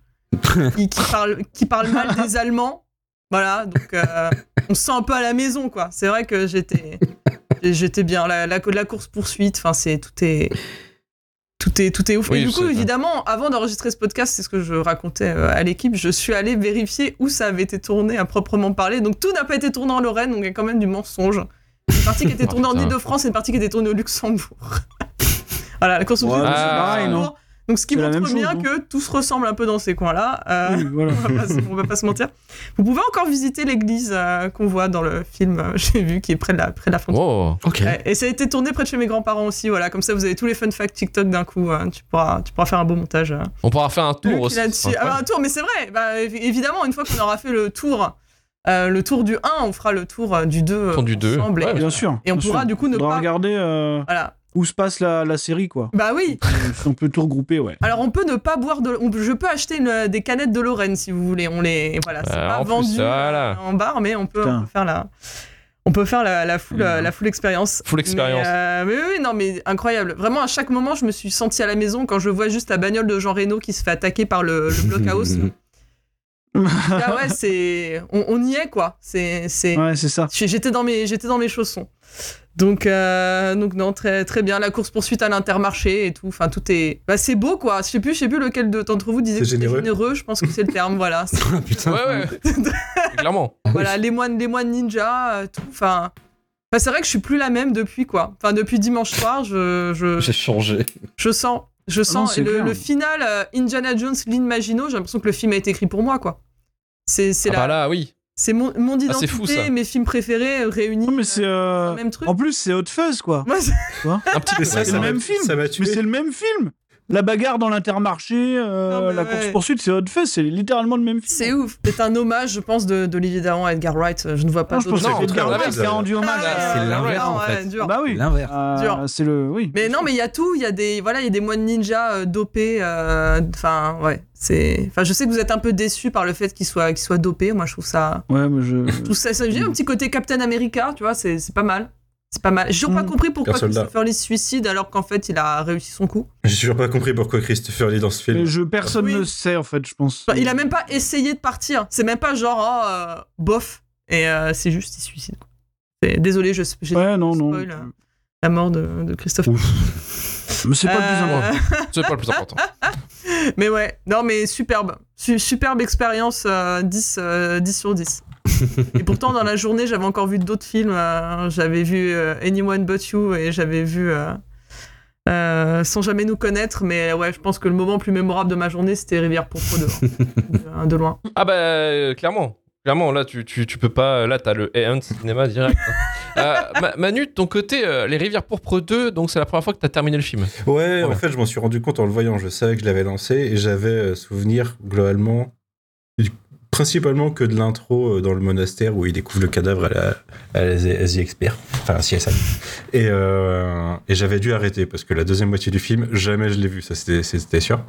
Speaker 4: qui, qui parle, qui parle mal des Allemands. Voilà, donc euh, on se sent un peu à la maison, quoi. C'est vrai que j'étais, j'étais bien. La, la, la course poursuite, enfin, c'est tout est. Tout est, tout est ouf.
Speaker 1: Oui,
Speaker 4: Et du
Speaker 1: je
Speaker 4: coup,
Speaker 1: sais.
Speaker 4: évidemment, avant d'enregistrer ce podcast, c'est ce que je racontais euh, à l'équipe, je suis allée vérifier où ça avait été tourné à proprement parler. Donc tout n'a pas été tourné en Lorraine, donc il y a quand même du mensonge. Une partie qui était
Speaker 1: Oh,
Speaker 4: tournée en
Speaker 1: putain.
Speaker 4: Ile-de-France et une partie qui était tournée au Luxembourg. voilà, la course au
Speaker 2: Ouais,
Speaker 4: Luxembourg.
Speaker 1: mais c'est pareil,
Speaker 2: non
Speaker 4: Donc ce qui
Speaker 2: C'est la
Speaker 4: montre
Speaker 2: même
Speaker 4: bien
Speaker 2: chose,
Speaker 4: que tout se ressemble un peu dans ces coins-là. Euh,
Speaker 2: Oui, voilà.
Speaker 4: on, va pas, se- on va pas se mentir. Vous pouvez encore visiter l'église euh, qu'on voit dans le film, euh, j'ai vu, qui est près de la, près de la frontière.
Speaker 1: Wow.
Speaker 5: Ok.
Speaker 4: Ouais, Et ça a été tourné près de chez mes grands-parents aussi, voilà. Comme ça, vous avez tous les fun facts TikTok d'un coup. hein. Tu, pourras, tu pourras faire un beau montage. euh.
Speaker 1: On pourra faire un tour
Speaker 4: Luc,
Speaker 1: aussi.
Speaker 4: là-dessus.
Speaker 1: c'est
Speaker 4: Ah bah,
Speaker 1: incroyable.
Speaker 4: un tour, mais c'est vrai. Bah, évi- évidemment, une fois qu'on aura fait le tour, euh, le tour du 1, on fera le tour euh, du 2
Speaker 1: Tour du deux,
Speaker 4: ensemble.
Speaker 1: ouais.
Speaker 4: Et,
Speaker 2: Bien sûr.
Speaker 4: et on
Speaker 2: bien
Speaker 4: pourra
Speaker 2: sûr.
Speaker 4: du coup ne
Speaker 2: Faudra
Speaker 4: pas.
Speaker 2: regarder euh,
Speaker 4: Voilà.
Speaker 2: où se passe la, la série, quoi.
Speaker 4: Bah oui.
Speaker 2: Si on peut tout regrouper, ouais.
Speaker 4: Alors on peut ne pas boire de. on- je peux acheter une- des canettes de Lorraine si vous voulez. On les. Voilà. C'est
Speaker 1: Ah,
Speaker 4: pas
Speaker 1: en plus,
Speaker 4: vendu
Speaker 1: voilà.
Speaker 4: euh, en bar, mais on peut,
Speaker 2: Putain.
Speaker 4: on peut faire la. On peut faire la, la full, euh, la full expérience.
Speaker 1: Full Mmh. expérience.
Speaker 4: Mais, euh, mais oui, non, mais incroyable. Vraiment, à chaque moment, je me suis sentie à la maison quand je vois juste la bagnole de Jean Reno qui se fait attaquer par le, le blockhouse. Ah ouais, c'est. On, on y est, quoi. C'est. c'est-
Speaker 2: Ouais, c'est ça.
Speaker 4: J'ai- J'étais dans, mes... j'étais dans mes chaussons. Donc, euh, donc non, très, très bien. La course-poursuite à l'intermarché et tout. Enfin, tout est. Bah, c'est beau, quoi. Je sais plus, je sais plus lequel de- d'entre vous disait
Speaker 3: C'est
Speaker 4: que c'était
Speaker 3: généreux.
Speaker 4: généreux. Je pense que c'est le terme, voilà. C'est-
Speaker 5: Ah, putain.
Speaker 1: Ouais, ouais. Clairement.
Speaker 4: voilà, les moines, les moines ninja, euh, tout. Enfin. enfin, c'est vrai que je suis plus la même depuis, quoi. Enfin, depuis dimanche soir, je. je...
Speaker 5: J'ai changé.
Speaker 4: Je sens,
Speaker 1: Ah
Speaker 4: je
Speaker 2: non,
Speaker 4: sens
Speaker 2: c'est
Speaker 4: le,
Speaker 2: clair.
Speaker 4: le final euh, Indiana Jones, Lynn Magino. J'ai l'impression que le film a été écrit pour moi, quoi. C'est c'est
Speaker 1: Ah
Speaker 4: la-
Speaker 1: bah là, oui.
Speaker 4: c'est mon, mon
Speaker 1: Ah,
Speaker 4: identité,
Speaker 1: c'est fou, ça.
Speaker 4: mes films préférés euh, réunis.
Speaker 2: Non, mais c'est.
Speaker 4: dans
Speaker 2: euh,
Speaker 4: le même truc.
Speaker 2: En plus, c'est Hot Fuzz, quoi.
Speaker 4: Moi, c'est-
Speaker 1: Un petit peu.
Speaker 3: Et ça,
Speaker 2: c'est
Speaker 3: ça
Speaker 2: le
Speaker 3: m'a-
Speaker 2: même film.
Speaker 3: Ça m'a tué.
Speaker 2: Mais c'est le même film. La bagarre dans l'intermarché, euh,
Speaker 4: Non, mais
Speaker 2: la
Speaker 4: ouais.
Speaker 2: course-poursuite, c'est Hot Fuzz, c'est littéralement le même film.
Speaker 4: c'est ouf. C'est un hommage, je pense, de- d'Olivier Dahan à Edgar Wright. Euh, Je ne vois pas
Speaker 2: Non, je
Speaker 4: d'autre-
Speaker 2: pense que
Speaker 1: Non,
Speaker 2: c'est Edgar
Speaker 1: au contraire,
Speaker 5: euh,
Speaker 2: Wright qui a rendu hommage.
Speaker 4: Ah,
Speaker 1: C'est
Speaker 4: ouais,
Speaker 1: l'inverse,
Speaker 4: ouais,
Speaker 5: en
Speaker 4: ouais,
Speaker 5: fait.
Speaker 4: dur.
Speaker 2: Bah oui.
Speaker 5: L'inverse.
Speaker 2: Euh,
Speaker 4: Dur.
Speaker 2: c'est le. Oui.
Speaker 4: Mais non, mais il y a tout. Il y a des voilà, il y a des moines ninja euh, dopés. euh, Enfin, ouais, c'est. Enfin, je sais que vous êtes un peu déçus par le fait qu'ils soient qu'ils soient dopés. Moi, je trouve ça.
Speaker 2: Ouais, mais je.
Speaker 4: Tout ça, ça j'ai un petit côté Captain America, tu vois. C'est c'est pas mal. C'est pas mal. J'ai toujours pas
Speaker 2: Mm.
Speaker 4: compris pourquoi
Speaker 3: Un soldat.
Speaker 4: Christopher Lee se suicide alors qu'en fait, il a réussi son coup.
Speaker 3: J'ai toujours pas compris pourquoi Christopher Lee dans ce film.
Speaker 2: Mais je personne
Speaker 4: Oui.
Speaker 2: ne sait en fait, je pense.
Speaker 4: Enfin, il a même pas essayé de partir. C'est même pas genre oh, euh, bof. Et euh, c'est juste il se suicide. quoi. C'est- Désolé, je j'ai
Speaker 2: Ouais, non, non.
Speaker 4: spoil, euh, la mort de, de Christophe.
Speaker 2: Mais c'est pas le plus
Speaker 4: Euh,
Speaker 2: important.
Speaker 1: C'est pas le plus important.
Speaker 4: Mais ouais, non mais superbe. Su- superbe expérience euh, 10, euh, 10 sur 10. et pourtant dans la journée j'avais encore vu d'autres films. euh, j'avais vu euh, Anyone But You et j'avais vu euh, euh, Sans jamais nous connaître. Mais ouais, je pense que le moment le plus mémorable de ma journée c'était Rivière Pourpre de, de loin.
Speaker 1: Ah bah euh, clairement, clairement là tu, tu, tu peux pas, là t'as le Hey Hunt cinéma direct. hein. Euh, Ma- Manu, de ton côté, euh, les rivières pourpres 2, donc c'est la première fois que t'as terminé le film.
Speaker 3: Ouais,
Speaker 1: Voilà.
Speaker 3: en fait, je m'en suis rendu compte en le voyant. Je savais que je l'avais lancé et j'avais euh, souvenir globalement, du- principalement que de l'intro euh, dans le monastère où il découvre le cadavre à la, à la Z- à The Expert, enfin à CSI. Et, euh, et j'avais dû arrêter parce que la deuxième moitié du film, jamais je l'ai vu, ça c'était- c'était sûr.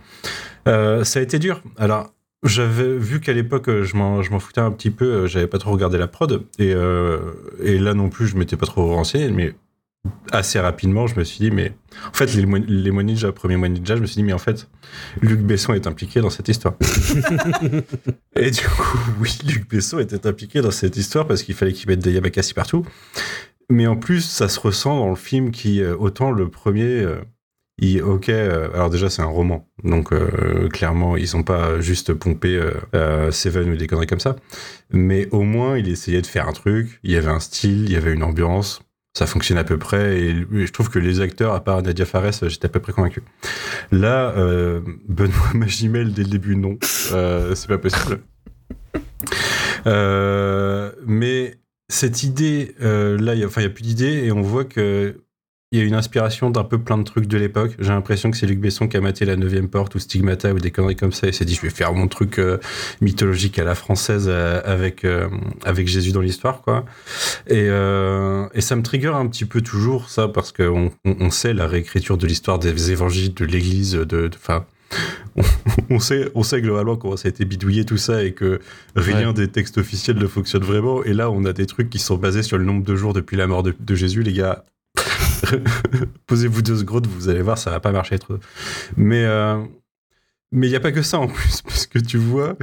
Speaker 3: Euh, ça a été dur. Alors, j'avais vu qu'à l'époque, euh, je m'en je m'en foutais un petit peu, euh, j'avais pas trop regardé la prod et, euh, et là non plus, je m'étais pas trop renseigné, mais assez rapidement, je me suis dit, mais en fait, les, moines- les moines ninja, premier moine ninja, je me suis dit, mais en fait, Luc Besson est impliqué dans cette histoire. et du coup, oui, Luc Besson était impliqué dans cette histoire parce qu'il fallait qu'il mette des Yamakasi partout. Mais en plus, ça se ressent dans le film qui, euh, autant le premier, euh, il, ok, euh, alors déjà, c'est un roman. Donc, euh, clairement, ils ont pas juste pompé euh, euh, Seven ou des conneries comme ça. Mais au moins, il essayait de faire un truc. Il y avait un style, il y avait une ambiance ça fonctionne à peu près et, et je trouve que les acteurs, à part Nadia Fares, euh, j'étais à peu près convaincu. Là, euh, Benoît Magimel dès le début, non, Euh, c'est pas possible. Euh, mais cette idée, euh, là, il n'y a, enfin, il y a plus d'idée et on voit que il y a une inspiration d'un peu plein de trucs de l'époque. J'ai l'impression que c'est Luc Besson qui a maté la 9 porte ou Stigmata ou des conneries comme ça et s'est dit je vais faire mon truc euh, mythologique à la française euh, avec, euh, avec Jésus dans l'histoire, quoi. Et, euh, et ça me trigger un petit peu toujours, ça, parce qu'on on, on sait la réécriture de l'histoire des évangiles, de l'Église, de... Enfin, on, on sait, on sait globalement comment ça a été bidouillé, tout ça, et que rien des textes officiels ne fonctionne vraiment. Et là, on a des trucs qui sont basés sur le nombre de jours depuis la mort de, de Jésus, les gars. Posez-vous deux secondes, vous allez voir, ça va pas marcher. trop. Mais euh, mais il n'y a pas que ça en plus, parce que tu vois...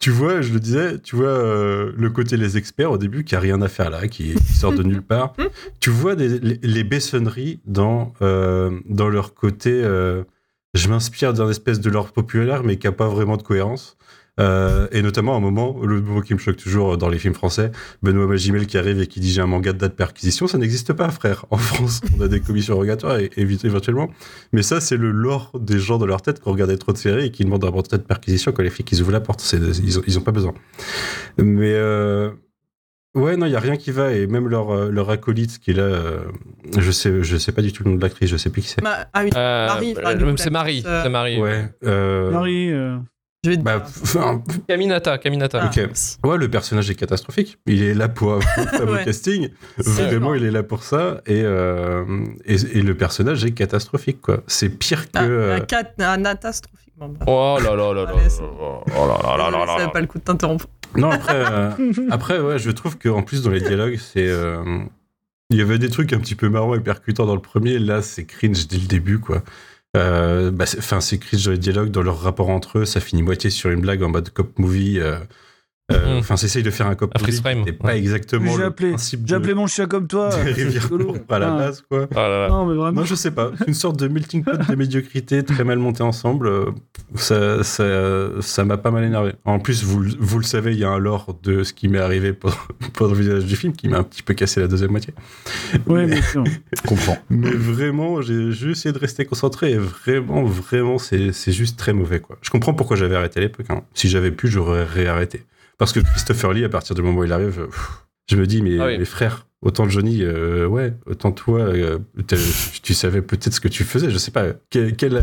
Speaker 3: Tu vois, je le disais, tu vois euh, le côté les experts au début qui a rien à faire là, qui, qui sort de nulle part. Tu vois des- les, les baissonneries dans, euh, dans leur côté. euh, je m'inspire d'un espèce de l'ordre populaire, mais qui n'a pas vraiment de cohérence. Euh, et notamment, à un moment, le mot qui me choque toujours dans les films français, Benoît Magimel qui arrive et qui dit j'ai un manga de date perquisition, ça n'existe pas, frère. En France, on a des commissions rogatoires et, évite- éventuellement. Mais ça, c'est le lore des gens dans leur tête qui ont regardé trop de séries et qui demandent un mandat de perquisition quand les flics ils ouvrent la porte. C'est- Ils ont, ils ont pas besoin. Mais euh, ouais, non, il y a rien qui va. Et même leur, euh, leur acolyte qui est là, euh, je sais, je sais pas du tout le nom de l'actrice, je sais plus qui c'est.
Speaker 4: Ma- ah oui,
Speaker 1: Euh,
Speaker 4: Marie,
Speaker 1: euh,
Speaker 4: Marie,
Speaker 1: même
Speaker 4: la
Speaker 1: c'est Marie,
Speaker 4: petite, euh,
Speaker 1: c'est Marie.
Speaker 3: Ouais. euh,
Speaker 2: Marie, euh,
Speaker 4: je vais te
Speaker 3: bah,
Speaker 4: dire. hein.
Speaker 3: enfin,
Speaker 1: Caminata, Caminata.
Speaker 4: Ah,
Speaker 3: ok.
Speaker 4: si.
Speaker 3: Ouais, le personnage est catastrophique. Il est là pour faire
Speaker 4: Ouais.
Speaker 3: mon casting.
Speaker 4: C'est
Speaker 3: Vraiment,
Speaker 4: genre-
Speaker 3: il est là pour ça. Et, euh, et, et le personnage est catastrophique, quoi. C'est pire que.
Speaker 4: Ah,
Speaker 3: euh,
Speaker 4: un cat- un catastrophique. Bon, bref.
Speaker 1: Oh là là là là.
Speaker 4: Allez, c'est-
Speaker 1: Oh là là là là là
Speaker 4: Désolé, ça
Speaker 1: là.
Speaker 4: avait pas le coup de t'interrompre.
Speaker 3: Non, après, euh, après, ouais, je trouve qu'en plus, dans les dialogues, c'est. euh, Il y avait des trucs un petit peu marrants et percutants dans le premier. Là, c'est cringe dès le début, quoi. Euh, bah, c'est- Enfin, c'est écrit dans les dialogues, dans leur rapport entre eux, ça finit moitié sur une blague en mode cop movie. euh, euh,
Speaker 4: Mm.
Speaker 1: Mhm.
Speaker 3: Enfin, c'est essaye de faire un cop
Speaker 1: Un freeze
Speaker 3: movie.
Speaker 1: frame,
Speaker 3: C'est pas
Speaker 1: ouais.
Speaker 3: exactement
Speaker 2: J'ai
Speaker 3: le
Speaker 2: appelé-
Speaker 3: principe
Speaker 2: J'ai
Speaker 3: de,
Speaker 2: appelé mon chien comme toi.
Speaker 3: de
Speaker 2: Ah, c'est
Speaker 3: Rivière
Speaker 2: rigolo.
Speaker 3: Pourpre à la
Speaker 2: Ah.
Speaker 3: base, quoi.
Speaker 1: Ah là là.
Speaker 2: Non, mais vraiment.
Speaker 3: Moi, je sais pas. C'est une sorte de melting pot de médiocrité très mal montée ensemble. euh, Ça, ça, ça m'a pas mal énervé. En plus, vous, le- vous le savez, il y a un lore de ce qui m'est arrivé pendant, pendant le visionnage du film qui m'a un petit peu cassé la deuxième moitié.
Speaker 2: Ouais, bien sûr.
Speaker 5: Je comprends.
Speaker 3: Mais vraiment, j'ai j'ai essayé de rester concentré et vraiment, vraiment, c'est c'est juste très mauvais, quoi. Je comprends pourquoi j'avais arrêté à l'époque. hein. Si j'avais pu, j'aurais réarrêté. Parce que Christopher Lee, à partir du moment où il arrive, euh, pff, je me dis, mais
Speaker 1: Ah oui.
Speaker 3: mes frères, autant Johnny, euh, ouais, autant toi, euh, t'as- tu savais peut-être ce que tu faisais, je sais pas. Quel, quel, euh,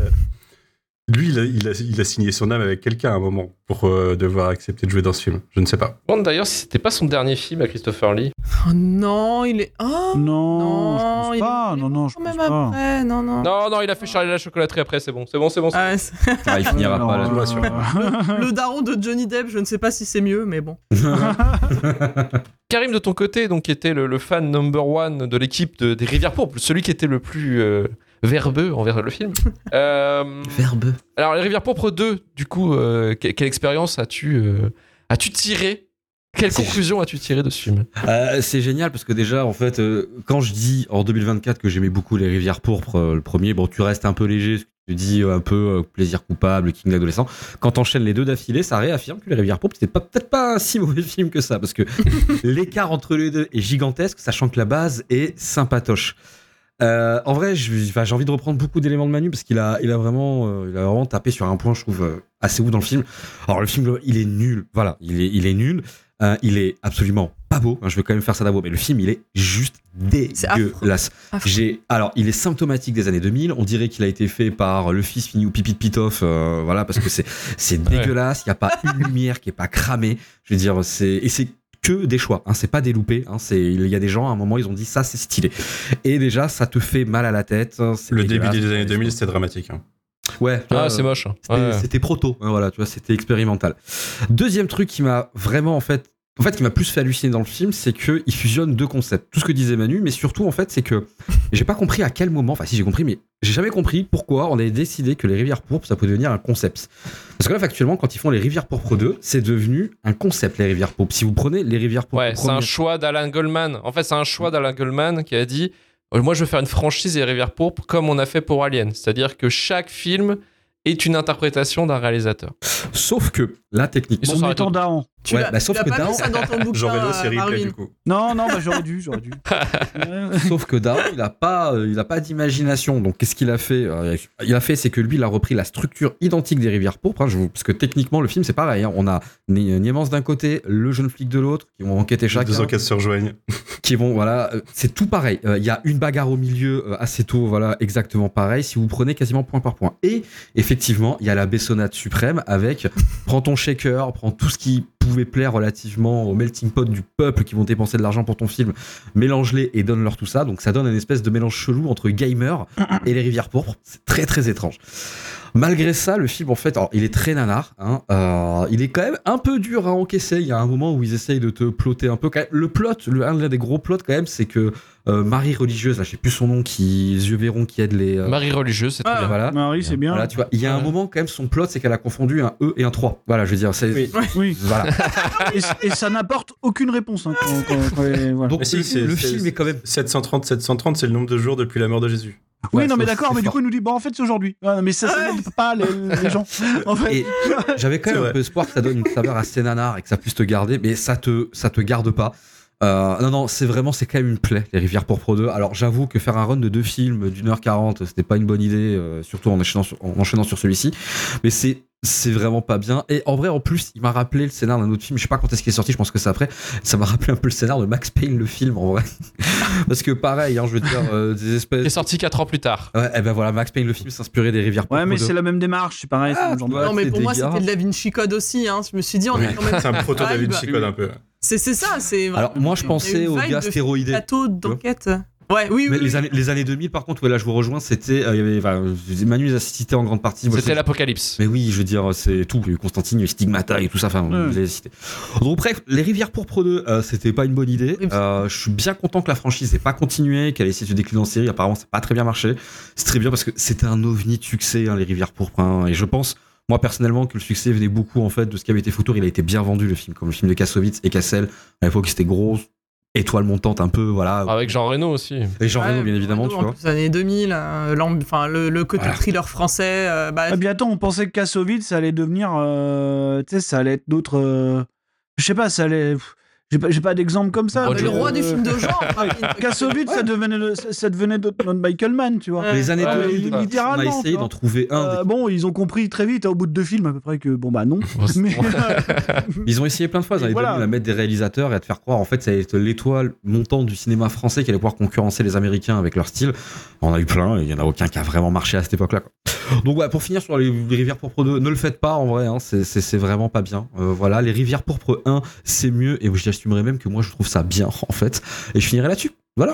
Speaker 3: lui, il a, il, a, il a signé son âme avec quelqu'un à un moment pour euh, devoir accepter de jouer dans ce film. Je ne sais pas.
Speaker 1: Je me demande d'ailleurs si c'était pas son dernier film à Christopher Lee.
Speaker 4: Oh non, il est. Oh
Speaker 2: Non, je
Speaker 4: Non,
Speaker 2: pense
Speaker 4: il
Speaker 2: pas.
Speaker 4: est-
Speaker 2: Non, non, je pense
Speaker 4: Même
Speaker 2: pas.
Speaker 4: après, non, non.
Speaker 1: Non, non, il a fait Charlie la chocolaterie après, c'est bon, c'est bon, c'est bon. c'est bon.
Speaker 4: Ah ouais, c'est-
Speaker 5: Ah, il finira
Speaker 2: Alors,
Speaker 5: pas là.
Speaker 2: euh,
Speaker 3: vois, sûr.
Speaker 4: le daron de Johnny Depp, je ne sais pas si c'est mieux, mais bon.
Speaker 1: Karim, de ton côté, donc, qui était le, le fan number one de l'équipe de- des Rivières Pourpres, celui qui était le plus euh, verbeux envers le film. Euh,
Speaker 5: Verbeux.
Speaker 1: alors, les Rivières Pourpres 2, du coup, euh, que- quelle expérience as-tu as tiré Quelle
Speaker 5: C'est-
Speaker 1: conclusion as-tu tiré de ce film
Speaker 5: Euh, c'est génial parce que déjà, en fait, euh, quand je dis en 2024 que j'aimais beaucoup les rivières pourpres, euh, le premier, bon, tu restes un peu léger, ce que tu dis euh, un peu euh, plaisir coupable, King d'adolescent. Quand t'enchaînes les deux d'affilée, ça réaffirme que les rivières pourpres, c'était pas- peut-être pas un si mauvais film que ça parce que l'écart entre les deux est gigantesque, sachant que la base est sympatoche. Euh, en vrai, je- enfin, j'ai envie de reprendre beaucoup d'éléments de Manu parce qu'il a, il a vraiment, euh, il a vraiment tapé sur un point, je trouve, euh, assez ouf dans le film. Alors le film, il est nul. Voilà, il est, il est nul. Euh, il est absolument pas beau. hein, je vais quand même faire ça d'abord, mais le film, il est juste
Speaker 4: affreux.
Speaker 5: dégueulasse.
Speaker 4: Affreux.
Speaker 5: J'ai, alors, il est symptomatique des années 2000. On dirait qu'il a été fait par le fils fini ou pipi de Pitoff. euh, voilà, parce que c'est, c'est
Speaker 1: Ouais.
Speaker 5: dégueulasse. Il n'y a pas une lumière qui est pas cramée. Je veux dire, c'est, et c'est que des choix. Hein, c'est pas des loupés. Hein, c'est, il y a des gens, à un moment, ils ont dit ça, c'est stylé. Et déjà, ça te fait mal à la tête. hein, c'est
Speaker 3: Le début
Speaker 5: dégueulasse.
Speaker 3: des années 2000, c'était dramatique. hein.
Speaker 5: Ouais. tu vois,
Speaker 1: Ah, c'est moche.
Speaker 5: c'était
Speaker 1: Ouais.
Speaker 5: c'était proto, hein, voilà, tu vois, c'était expérimental. Deuxième truc qui m'a vraiment en fait, en fait, qui m'a plus fait halluciner dans le film, c'est que il fusionne deux concepts. Tout ce que disait Manu, mais surtout en fait, c'est que j'ai pas compris à quel moment, enfin si j'ai compris, mais j'ai jamais compris pourquoi on avait décidé que les rivières pourpres ça pouvait devenir un concept. Parce que là, actuellement, quand ils font les rivières pourpres 2, c'est devenu un concept les rivières pourpres. Si vous prenez les rivières pourpres,
Speaker 1: Ouais, c'est un
Speaker 5: premières-
Speaker 1: choix d'Alan Goldman. En fait, c'est un choix d'Alan Goldman qui a dit euh, Moi, je veux faire une franchise des Rivières Pourpres comme on a fait pour Alien. C'est-à-dire que chaque film est une interprétation d'un réalisateur.
Speaker 5: sauf que là
Speaker 1: Ils
Speaker 5: techniquement,
Speaker 1: sont
Speaker 2: Bon,
Speaker 1: arrêtés.
Speaker 2: mettons Daron.
Speaker 4: Tu
Speaker 5: Ouais,
Speaker 4: l'as
Speaker 5: bah,
Speaker 4: tu
Speaker 5: sauf
Speaker 4: l'as
Speaker 5: que
Speaker 4: pas
Speaker 5: Daron-
Speaker 4: mis ça dans ton bouquin.
Speaker 3: Jean Reno, c'est
Speaker 4: euh,
Speaker 3: replay,
Speaker 4: Marvin.
Speaker 3: du coup.
Speaker 2: Non, non, bah, j'aurais dû, j'aurais dû. Euh,
Speaker 5: Sauf que Daron, il a pas, euh, il a pas d'imagination. Donc, qu'est-ce qu'il a fait Euh, Il a fait, c'est que lui, il a repris la structure identique des rivières pourpres. hein, je vous- parce que techniquement, le film, c'est pareil. hein. on a Ni- Niemans d'un côté, le jeune flic de l'autre, qui vont enquêter
Speaker 3: Les deux
Speaker 5: chacun,
Speaker 3: enquêtes se rejoignent.
Speaker 5: qui vont, voilà, euh, c'est tout pareil. Euh, Il y a une bagarre au milieu euh, assez tôt, voilà, exactement pareil. Si vous prenez quasiment point par point. Et effectivement, il y a la baissonnade suprême avec prends ton shaker, prends tout ce qui pouvait plaire relativement au melting pot du peuple qui vont dépenser de l'argent pour ton film, mélange-les et donne-leur tout ça. Donc ça donne une espèce de mélange chelou entre gamer et les rivières pourpres. C'est très très étrange. Malgré ça, le film en fait, alors, il est très nanar. hein. Euh, il est quand même un peu dur à encaisser. Il y a un moment où ils essayent de te plotter un peu. Quand même, le plot, le, un des gros plots quand même, c'est que euh, Marie religieuse, là, je sais plus son nom, qui yeux verrons qui aide
Speaker 2: Ah.
Speaker 5: les euh,
Speaker 1: Marie religieuse,
Speaker 4: Ah.
Speaker 1: c'est très bien.
Speaker 5: voilà.
Speaker 2: Marie, c'est bien.
Speaker 5: Voilà, tu vois, il y a un
Speaker 1: Ouais.
Speaker 5: moment quand même, son plot, c'est qu'elle a confondu un E et un 3. Voilà, je veux dire, c'est.
Speaker 3: Oui.
Speaker 2: Oui.
Speaker 5: Voilà.
Speaker 2: Et, et ça n'apporte aucune réponse. hein, quand- quand- quand- et voilà.
Speaker 5: Donc
Speaker 3: Mais Ah, si,
Speaker 5: le,
Speaker 3: c'est-
Speaker 5: le
Speaker 3: c'est-
Speaker 5: film est quand même.
Speaker 3: 730, 730, c'est le nombre de jours depuis la mort de Jésus.
Speaker 2: oui,
Speaker 5: ouais,
Speaker 2: non, mais
Speaker 5: c'est-
Speaker 2: d'accord,
Speaker 5: c'est
Speaker 2: mais du
Speaker 5: fort.
Speaker 2: coup, il nous dit, bon, en fait, c'est aujourd'hui. Ah, mais ça, ça
Speaker 4: Ouais.
Speaker 2: n'aide pas les, les gens. En fait,
Speaker 5: Et j'avais quand
Speaker 3: C'est
Speaker 5: même un
Speaker 3: vrai.
Speaker 5: peu espoir que ça donne une saveur assez nanar et que ça puisse te garder, mais ça te, ça te garde pas. Euh, non, non, c'est vraiment, c'est quand même une plaie, les Rivières Pourpres 2. Alors j'avoue que faire un run de deux films d'une heure quarante, c'était pas une bonne idée, euh, surtout en enchaînant sur, en enchaînant sur celui-ci. Mais c'est. C'est vraiment pas bien. Et en vrai, en plus, il m'a rappelé le scénar d'un autre film. Je sais pas quand est-ce qu'il est sorti, je pense que c'est après. Ça m'a rappelé un peu le scénar de Max Payne, le film, en vrai. Parce que pareil, hein, je veux dire, euh, des
Speaker 2: Ah,
Speaker 1: Il est
Speaker 5: espèces.
Speaker 1: sorti 4 ans plus tard.
Speaker 5: Ouais, eh ben voilà, Max Payne, le film s'inspirait des Rivières Pourpres
Speaker 2: ouais, mais
Speaker 5: 2.
Speaker 2: c'est la même démarche, c'est pareil. c'est le même genre de-
Speaker 5: ouais.
Speaker 4: Non, mais
Speaker 5: C'est
Speaker 4: pour moi,
Speaker 5: dégueulasse.
Speaker 4: c'était de la Vinci Code aussi. Hein. Je me suis dit, on est quand même.
Speaker 3: C'est un proto
Speaker 1: Ah
Speaker 3: Da Vinci
Speaker 4: Vibe.
Speaker 1: bah
Speaker 3: Code un peu.
Speaker 4: C'est c'est ça, c'est vraiment.
Speaker 5: Alors moi je
Speaker 4: Il y a
Speaker 5: pensais
Speaker 4: une
Speaker 5: aux
Speaker 4: vibe
Speaker 5: gars
Speaker 4: de
Speaker 5: stéroïdés.
Speaker 4: plateau d'enquête. Ouais, oui,
Speaker 5: Mais
Speaker 4: oui.
Speaker 5: les, années, les années 2000, par contre, ouais, là je vous rejoins, c'était. euh, il y avait- enfin, Manu les a cité en grande
Speaker 2: ah,
Speaker 5: partie. Moi,
Speaker 1: C'était
Speaker 5: c'est-
Speaker 1: l'apocalypse.
Speaker 5: Mais oui, je veux dire, c'est tout. Il y a eu Constantine, il y a eu Stigmata et tout ça. Enfin,
Speaker 2: Ouais.
Speaker 5: vous avez cité. Donc, bref, les Rivières Pourpres 2, euh, c'était pas une bonne idée.
Speaker 4: Oui,
Speaker 5: Euh, je suis bien content que la franchise n'ait pas continué, qu'elle ait essayé de se décliner en série. Apparemment, ça n'a pas très bien marché. C'est très bien parce que c'était un ovni de succès, hein, les Rivières Pourpres. hein. Et je pense, moi personnellement, que le succès venait beaucoup en fait de ce qu'avait été Foutour. Il a été bien vendu, le film, comme le film de Kassovitz et Cassel. À l'époque, c'était gros, étoile montante un peu, voilà.
Speaker 2: ah,
Speaker 1: Avec Jean Reno aussi.
Speaker 5: Et Jean
Speaker 4: Ouais,
Speaker 5: Reno, bien évidemment,
Speaker 4: Renaud,
Speaker 5: tu
Speaker 4: en
Speaker 5: vois.
Speaker 4: plus, années 2000, hein, l'amb- enfin, le, le côté
Speaker 5: Voilà.
Speaker 4: thriller français, euh, bah,
Speaker 2: Ah, puis attends, on pensait que Kassovitz, ça allait devenir. euh, tu sais, ça allait être d'autres. euh, je sais pas, ça allait. pff, J'ai pas, j'ai pas d'exemple comme ça.
Speaker 1: Bon,
Speaker 4: bah,
Speaker 2: mais,
Speaker 4: le
Speaker 1: Joe.
Speaker 4: roi du
Speaker 2: euh,
Speaker 4: film de genre. enfin,
Speaker 2: Kassovitz, ça devenait, le- ça ça devenait d'autres non Michael Mann, tu vois.
Speaker 4: Ouais.
Speaker 5: Les années
Speaker 1: Ouais,
Speaker 5: 2000,
Speaker 1: ouais,
Speaker 5: on a
Speaker 2: littéralement, tu
Speaker 5: essayé
Speaker 2: vois.
Speaker 5: d'en trouver un. des
Speaker 2: Euh, bon, ils ont compris très vite, hein, au bout de deux films à peu près, que bon bah non. mais,
Speaker 5: Ils ont essayé plein de fois, ils
Speaker 2: Et
Speaker 5: avaient
Speaker 2: voilà.
Speaker 5: à mettre des réalisateurs et à te faire croire en fait que ça allait être l'étoile montante du cinéma français qui allait pouvoir concurrencer les Américains avec leur style. On a eu plein, et il y en a aucun qui a vraiment marché à cette époque-là. quoi. Donc voilà, pour finir sur les Rivières Pourpres 2, ne le faites pas en vrai, hein, c'est- c'est c'est vraiment pas bien. Euh, voilà, les Rivières Pourpres 1, c'est mieux, et j'assumerai même que moi je trouve ça bien en fait. Et je finirai là-dessus. Voilà.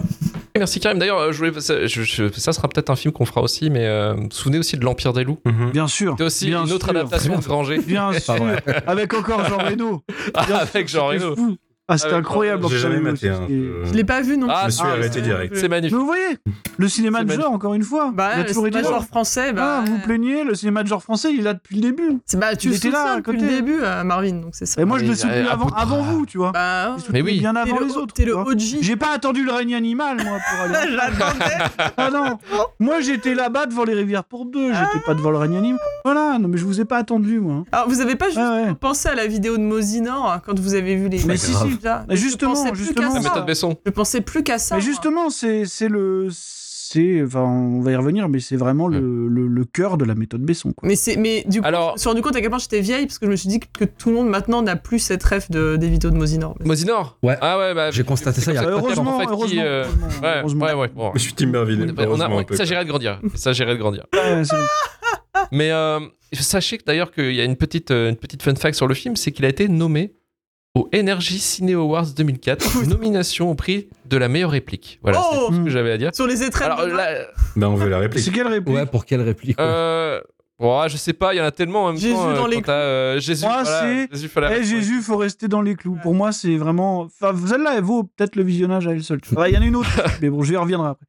Speaker 1: Merci Karim. D'ailleurs, euh, je voulais- ça, je- je- ça sera peut-être un film qu'on fera aussi, mais euh, vous vous souvenez aussi de l'Empire des loups.
Speaker 5: Mhm.
Speaker 2: bien sûr.
Speaker 1: C'était aussi
Speaker 2: bien
Speaker 1: une autre
Speaker 2: sûr.
Speaker 1: adaptation de Granger
Speaker 2: Bien sûr.
Speaker 5: vrai.
Speaker 2: Avec encore Jean Reno. Bien
Speaker 1: avec
Speaker 2: sûr,
Speaker 1: Jean
Speaker 2: c'était
Speaker 1: Reno.
Speaker 2: fou. Ah, c'était
Speaker 1: Avec-
Speaker 2: incroyable.
Speaker 3: J'ai jamais
Speaker 2: Jean Reno,
Speaker 3: maté. hein,
Speaker 2: c'était-
Speaker 3: je-
Speaker 4: Je l'ai pas vu non
Speaker 1: Ah,
Speaker 3: Je me
Speaker 4: plus.
Speaker 3: suis
Speaker 1: ah,
Speaker 3: arrêté
Speaker 1: c'est-
Speaker 3: direct.
Speaker 1: C'est
Speaker 2: Mais
Speaker 1: magnifique.
Speaker 2: vous voyez, le cinéma
Speaker 1: C'est
Speaker 2: de
Speaker 1: magnifique.
Speaker 2: genre, encore une fois.
Speaker 4: Bah,
Speaker 2: il a
Speaker 4: le
Speaker 2: toujours
Speaker 4: cinéma
Speaker 2: été là.
Speaker 4: genre français, bah,
Speaker 2: Ah, vous plaignez, le cinéma de genre français, il est là depuis le début.
Speaker 4: c'est- bah, tu
Speaker 2: Il
Speaker 4: le
Speaker 2: était là,
Speaker 4: soupçonnes
Speaker 2: à
Speaker 4: depuis
Speaker 2: côté.
Speaker 4: le début, euh, Marvin, donc c'est ça.
Speaker 2: Et moi, je
Speaker 1: Oui,
Speaker 2: l'ai soutenu
Speaker 1: euh, à
Speaker 2: avant,
Speaker 1: bout de
Speaker 2: avant
Speaker 1: bras.
Speaker 2: vous, tu vois. Je
Speaker 4: Bah, ouais.
Speaker 2: l'ai
Speaker 1: Mais
Speaker 2: soutenu
Speaker 1: oui.
Speaker 2: bien
Speaker 4: T'es
Speaker 2: avant
Speaker 4: le,
Speaker 2: les autres.
Speaker 4: t'es
Speaker 2: tu
Speaker 4: le
Speaker 2: vois.
Speaker 4: OG.
Speaker 2: J'ai pas attendu le règne animal, moi, pour aller.
Speaker 4: J'attendais.
Speaker 2: Ah non Moi, j'étais là-bas devant les rivières pour deux, j'étais pas devant le règne animal. Voilà, non, mais je vous ai pas attendu, moi. hein.
Speaker 4: Alors, vous avez pas juste
Speaker 2: Ah ouais.
Speaker 4: pensé à la vidéo de Mosinor hein, quand vous avez vu les.
Speaker 2: Mais
Speaker 4: les-
Speaker 2: si,
Speaker 4: les-
Speaker 2: si.
Speaker 4: déjà.
Speaker 2: Mais justement,
Speaker 4: je pensais plus
Speaker 2: justement.
Speaker 1: La
Speaker 4: qu'à ça.
Speaker 1: méthode Besson.
Speaker 4: Je pensais plus qu'à ça.
Speaker 2: Mais
Speaker 4: moi.
Speaker 2: justement, c'est c'est le. C'est. Enfin, on va y revenir, mais c'est vraiment le, le, le cœur de la méthode Besson, quoi.
Speaker 4: Mais, c'est, mais du coup, je
Speaker 1: Alors,
Speaker 4: me suis rendu compte à quel point j'étais vieille parce que je me suis dit que, que tout le monde maintenant n'a plus cette ref de, des vidéos de Mosinor. Mais-
Speaker 1: Mosinor
Speaker 5: Ouais.
Speaker 1: Ah ouais, bah,
Speaker 5: J'ai constaté ça il y a
Speaker 1: c'est comme
Speaker 2: Euh, Heureusement,
Speaker 1: en fait, qui,
Speaker 2: heureusement,
Speaker 1: euh,
Speaker 2: heureusement,
Speaker 1: Ouais,
Speaker 2: heureusement.
Speaker 1: ouais, ouais. bon.
Speaker 3: Je suis Tim Merville.
Speaker 1: On est- on a-
Speaker 3: heureusement,
Speaker 1: on-
Speaker 3: un peu,
Speaker 1: ça
Speaker 3: quoi.
Speaker 1: j'irai de grandir. Ça j'irai de grandir.
Speaker 2: Ouais, c'est-
Speaker 1: Mais euh, sachez que d'ailleurs qu'il y a une petite, euh, une petite fun fact sur le film, c'est qu'il a été nommé au Energy Ciné Awards 2004, nomination au prix de la meilleure réplique. Voilà, c'est
Speaker 4: Oh
Speaker 1: tout ce que j'avais à dire.
Speaker 4: Sur les étrennes.
Speaker 1: Alors
Speaker 4: de-
Speaker 1: là,
Speaker 3: Ben, on veut la
Speaker 2: C'est
Speaker 3: réplique.
Speaker 2: quelle réplique
Speaker 5: Ouais, pour quelle réplique
Speaker 1: euh, ouais, je sais pas, il y en a tellement en même
Speaker 4: Jésus
Speaker 1: temps. euh,
Speaker 4: dans les
Speaker 1: quand t'as, euh, Jésus,
Speaker 2: Moi,
Speaker 1: voilà,
Speaker 2: c'est-
Speaker 1: Jésus, fallait-
Speaker 2: Eh Jésus, faut rester dans les clous.
Speaker 4: Ouais.
Speaker 2: Pour moi, c'est vraiment. Enfin, celle-là, elle vaut peut-être le visionnage à elle seule. Enfin, Il y en a une autre, mais bon, je y reviendrai après.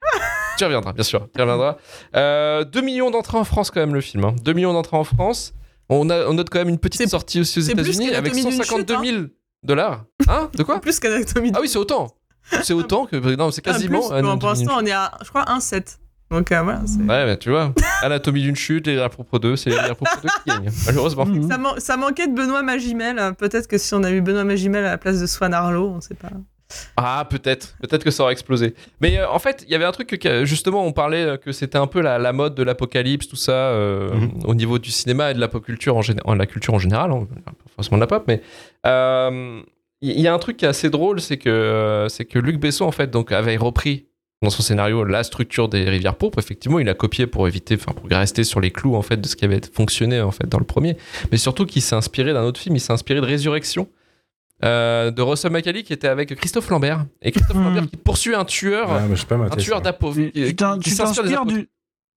Speaker 1: Tu y reviendras, bien sûr. Tu y reviendras. Euh, 2 millions d'entrées en France, quand même, le film. hein. 2 millions d'entrées en France. On, a, on note quand même une petite
Speaker 4: C'est-
Speaker 1: sortie aussi aux
Speaker 4: c'est plus
Speaker 1: États-Unis avec
Speaker 4: qu'Anatomie d'une
Speaker 1: 152 000
Speaker 4: chute,
Speaker 1: dollars. Hein De quoi
Speaker 4: Plus qu'anatomie.
Speaker 1: Ah oui, c'est autant. C'est autant que. Non, c'est quasiment.
Speaker 4: Ah, Plus, bon,
Speaker 1: Anatomie
Speaker 4: pour l'instant,
Speaker 1: d'une
Speaker 4: on est à, je crois, 1,7. Donc euh, voilà. c'est-
Speaker 2: Bah,
Speaker 1: chute. Ouais, mais tu vois. Anatomie d'une chute, les à propos 2, c'est les à propos 2 qui gagnent, malheureusement.
Speaker 2: Mhm.
Speaker 4: Ça, man- ça manquait de Benoît Magimel. hein. Peut-être que si on a eu Benoît Magimel à la place de Swan Arlo, on sait pas.
Speaker 1: Ah, peut-être. Peut-être que ça aurait explosé. Mais euh, en fait, il y avait un truc que- que, justement, on parlait euh, que c'était un peu la, la mode de l'apocalypse, tout ça, euh,
Speaker 3: Mhm.
Speaker 1: au niveau du cinéma et de la pop culture en, géné- en- la culture en général, hein, pas forcément de la pop, mais euh, il y, y a un truc qui est assez drôle, c'est que, euh, c'est que Luc Besson, en fait, donc, avait repris dans son scénario la structure des rivières pourpres. Effectivement, il a copié pour éviter, enfin, pour rester sur les clous, en fait, de ce qui avait fonctionné, en fait, dans le premier. Mais surtout qu'il s'est inspiré d'un autre film, il s'est inspiré de Résurrection euh, de Russell McCallie qui était avec Christophe Lambert et Christophe
Speaker 2: Hmm.
Speaker 1: Lambert qui poursuit un tueur
Speaker 3: Ah, mais je sais pas
Speaker 1: un
Speaker 3: maté,
Speaker 1: tueur
Speaker 3: ça.
Speaker 1: d'apôtres
Speaker 2: Mais
Speaker 1: qui-
Speaker 2: Tu t'in-
Speaker 1: qui
Speaker 2: tu
Speaker 1: s'inspire des
Speaker 2: t'inspires
Speaker 1: apôtres.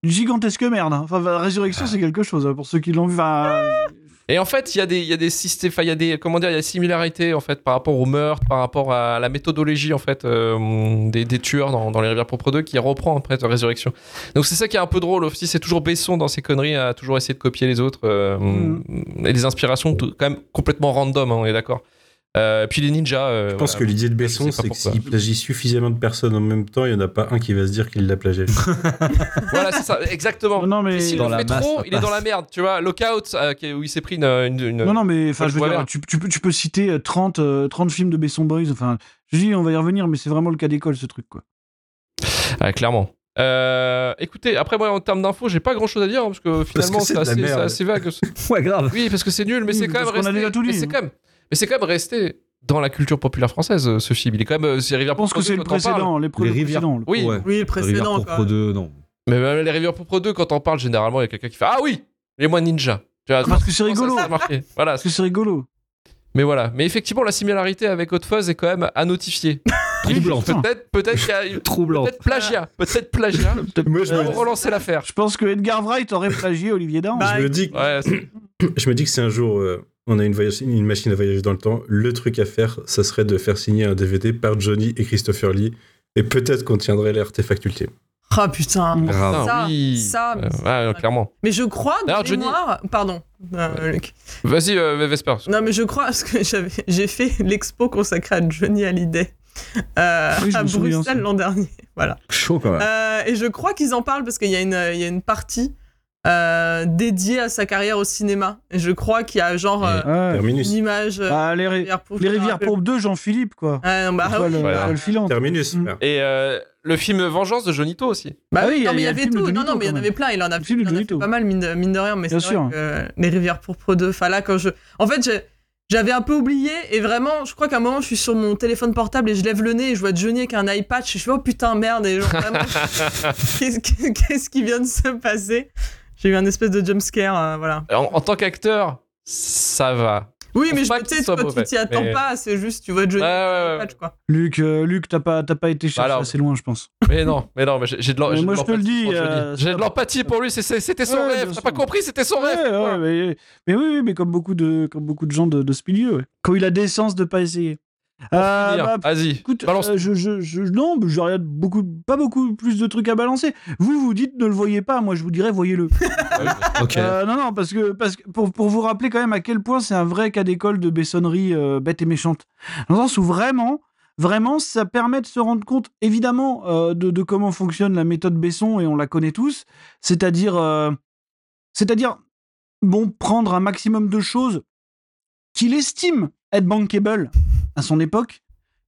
Speaker 2: du du gigantesque merde. hein. Enfin, la Résurrection, c'est quelque chose. hein, Pour ceux qui l'ont vu, enfin,
Speaker 1: et en fait il y a des il y a des systé- enfin, il y a des comment dire il y a des similarités en fait par rapport au meurtre par rapport à la méthodologie en fait euh, des, des tueurs dans, dans les rivières propres 2 qui reprend après de résurrection donc c'est ça qui est un peu drôle aussi c'est toujours Besson dans ses conneries à toujours essayer de copier les autres euh,
Speaker 2: Mm.
Speaker 1: et les inspirations tout- quand même complètement random hein, on est d'accord Euh, puis les ninjas euh,
Speaker 3: Je pense
Speaker 1: voilà.
Speaker 3: que l'idée de
Speaker 1: Je sais
Speaker 3: Besson,
Speaker 1: pas
Speaker 3: c'est que
Speaker 1: pourquoi.
Speaker 3: s'il plagie suffisamment de personnes en même temps, il n'y en a pas un qui va se dire qu'il l'a plagié.
Speaker 1: voilà c'est ça exactement
Speaker 2: non, non, mais.
Speaker 1: Et s'il
Speaker 5: Dans
Speaker 1: le
Speaker 5: la
Speaker 1: fait
Speaker 5: masse,
Speaker 1: trop,
Speaker 5: ça
Speaker 1: il est dans
Speaker 5: passe.
Speaker 1: la merde, tu vois. Lookout, euh, qui- où il s'est pris une. une- une-
Speaker 2: Non, non, mais enfin,
Speaker 1: Moi,
Speaker 2: je
Speaker 1: je
Speaker 2: veux
Speaker 1: vois
Speaker 2: dire,
Speaker 1: bien.
Speaker 2: tu, tu peux- tu peux citer euh, 30, euh, 30 films de Besson Boys. Enfin, je dis, on va y revenir, mais c'est vraiment le cas d'école, ce truc, quoi.
Speaker 1: Ah, clairement. Euh, écoutez, après, moi, en termes d'infos, j'ai pas grand chose à dire, hein, parce que finalement,
Speaker 3: que
Speaker 1: c'est
Speaker 3: c'est de la
Speaker 1: assez,
Speaker 3: merde.
Speaker 1: c'est assez vague.
Speaker 5: Ouais, grave.
Speaker 1: Oui, parce que c'est nul, mais
Speaker 2: Oui,
Speaker 1: c'est quand même
Speaker 2: parce qu'on a
Speaker 1: resté.
Speaker 2: déjà tout
Speaker 1: mais
Speaker 2: dit,
Speaker 1: c'est
Speaker 2: hein.
Speaker 1: quand même. Mais c'est quand même resté dans la culture populaire française, euh, ce film. Il est quand même. euh, C'est Rivière
Speaker 2: Je pense que
Speaker 1: Pourpre
Speaker 2: c'est
Speaker 1: 2,
Speaker 2: le
Speaker 1: quand t'en parles.
Speaker 2: précédent, les pro- le
Speaker 5: rivières-
Speaker 2: précédent, le-
Speaker 1: Oui,
Speaker 5: Ouais.
Speaker 4: Oui, le
Speaker 5: Rivières
Speaker 4: précédent,
Speaker 5: Pourpres
Speaker 4: quoi.
Speaker 5: 2, non.
Speaker 1: mais même les Rivières Pourpre 2, quand on parle, généralement, il y a quelqu'un qui fait Ah oui, les moines ninja. Tu vois,
Speaker 2: Parce que c'est
Speaker 1: ça, ça
Speaker 2: rigolo.
Speaker 1: a marqué. Voilà,
Speaker 2: Parce que c'est rigolo.
Speaker 1: Mais voilà. Mais effectivement, la similarité avec Hot Fuzz est quand même à notifier.
Speaker 5: Troublante.
Speaker 1: Peut-être, peut-être qu'il y a une-
Speaker 5: Troublante.
Speaker 1: peut-être plagiat, peut-être plagiat.
Speaker 3: Moi, je,
Speaker 1: Pour
Speaker 3: me,
Speaker 1: relancer l'affaire.
Speaker 2: Oh. Je pense que Edgar Wright aurait plagié Olivier Dahan.
Speaker 4: Bah,
Speaker 3: je me dis,
Speaker 1: Ouais, c'est-
Speaker 3: je me dis que si un jour euh, on a une, voyage- une machine à voyager dans le temps, le truc à faire, ça serait de faire signer un DVD par Johnny et Christopher Lee, et peut-être qu'on tiendrait l'artefact ultime.
Speaker 4: Ah putain.
Speaker 5: Grave.
Speaker 1: putain,
Speaker 4: Ça,
Speaker 1: oui.
Speaker 4: ça, mais
Speaker 1: Euh, ouais, clairement.
Speaker 4: Mais je crois de
Speaker 1: D'ailleurs, Johnny-
Speaker 4: mémoire. Pardon, euh, Luc.
Speaker 1: Vas-y, euh, Vesper.
Speaker 4: Non, mais je crois parce que j'avais, j'ai fait l'expo consacrée à Johnny Hallyday euh,
Speaker 2: Oui, je
Speaker 4: à
Speaker 2: me souviens,
Speaker 4: Bruxelles
Speaker 2: ça.
Speaker 4: l'an dernier. Voilà.
Speaker 5: Chaud quand même.
Speaker 4: Euh, et je crois qu'ils en parlent parce qu'il y a une, il y a une partie euh, dédiée à sa carrière au cinéma. Et je crois qu'il y a genre euh,
Speaker 2: Ouais.
Speaker 4: une
Speaker 3: Terminus.
Speaker 4: image. euh,
Speaker 2: Bah, les, ri-
Speaker 4: Rivière Pourpre,
Speaker 2: les
Speaker 4: je me
Speaker 2: rivières
Speaker 4: rappelle.
Speaker 2: pauvres 2, Jean-Philippe, quoi.
Speaker 4: Ouais, non, bah,
Speaker 2: Étoile,
Speaker 4: oui,
Speaker 2: euh,
Speaker 4: bah,
Speaker 2: étoile filante.
Speaker 3: Terminus.
Speaker 2: Mm.
Speaker 3: Ah.
Speaker 1: Et euh, le film Vengeance de Jonito aussi.
Speaker 4: Bah
Speaker 2: Ah
Speaker 4: oui,
Speaker 2: oui,
Speaker 4: non,
Speaker 2: il
Speaker 4: mais
Speaker 2: y
Speaker 4: il y
Speaker 2: a le
Speaker 4: avait
Speaker 2: film de
Speaker 4: tout. Non,
Speaker 2: Johnny
Speaker 4: non,
Speaker 2: Depp,
Speaker 4: mais il y en
Speaker 2: quand
Speaker 4: avait
Speaker 2: même.
Speaker 4: plein. Il en a,
Speaker 2: Le film de
Speaker 4: il en a
Speaker 2: Johnny
Speaker 4: fait
Speaker 2: Depp.
Speaker 4: pas mal, mine de, mine de rien. Mais
Speaker 2: Bien
Speaker 4: c'est
Speaker 2: sûr.
Speaker 4: vrai que euh, les rivières pourpres 2, enfin là, quand je. En fait, j'ai- J'avais un peu oublié et vraiment, je crois qu'à un moment, je suis sur mon téléphone portable et je lève le nez et je vois Johnny avec un iPad. Je suis oh putain merde et genre vraiment, qu'est-ce qui- qu'est-ce qui vient de se passer J'ai eu un espèce de jump scare, euh, voilà.
Speaker 1: En, en tant qu'acteur, ça va.
Speaker 4: Oui,
Speaker 1: Faut
Speaker 4: mais je
Speaker 1: pas
Speaker 4: tu
Speaker 1: que ce
Speaker 4: sais,
Speaker 1: soit
Speaker 4: toi, tu
Speaker 1: mauvais,
Speaker 4: t'y attends
Speaker 1: mais-
Speaker 4: pas. C'est juste, tu vois Johnny
Speaker 1: Ouais,
Speaker 4: avec
Speaker 1: ouais,
Speaker 4: un
Speaker 1: ouais.
Speaker 4: iPad, quoi.
Speaker 2: Luc, euh, Luc t'as pas, t'as pas été chercher
Speaker 1: alors-
Speaker 2: assez loin, je pense.
Speaker 1: Mais non, mais non, mais j'ai j'ai de l'em-
Speaker 2: Mais
Speaker 1: j'ai de l'empathie.
Speaker 2: moi, je te le dis,
Speaker 1: pour Johnny.
Speaker 2: euh,
Speaker 1: j'ai
Speaker 2: ça-
Speaker 1: de l'empathie pour lui, c'est- c'est- c'était son
Speaker 2: Ouais,
Speaker 1: rêve.
Speaker 2: bien
Speaker 1: T'as
Speaker 2: sûr.
Speaker 1: pas compris, c'était son rêve.
Speaker 2: Ouais, ouais,
Speaker 1: voilà.
Speaker 2: mais, mais oui, oui, mais comme beaucoup de, comme beaucoup de gens de, de ce milieu, ouais. quand il a décence de pas essayer. Euh,
Speaker 1: Finir.
Speaker 2: bah,
Speaker 1: Vas-y,
Speaker 2: écoute,
Speaker 1: balance.
Speaker 2: euh, je, je, je, non, mais j'aurais beaucoup, pas beaucoup plus de trucs à balancer. Vous, vous dites ne le voyez pas, moi je vous dirais voyez-le.
Speaker 5: Ok.
Speaker 2: Euh, non, non, parce que, parce que pour, pour vous rappeler quand même à quel point c'est un vrai cas d'école de bessonnerie euh, bête et méchante. Dans le sens où vraiment, vraiment, ça permet de se rendre compte, évidemment, euh, de, de comment fonctionne la méthode Besson, et on la connaît tous. C'est-à-dire, euh, c'est-à-dire, bon, prendre un maximum de choses qu'il estime être bankable à son époque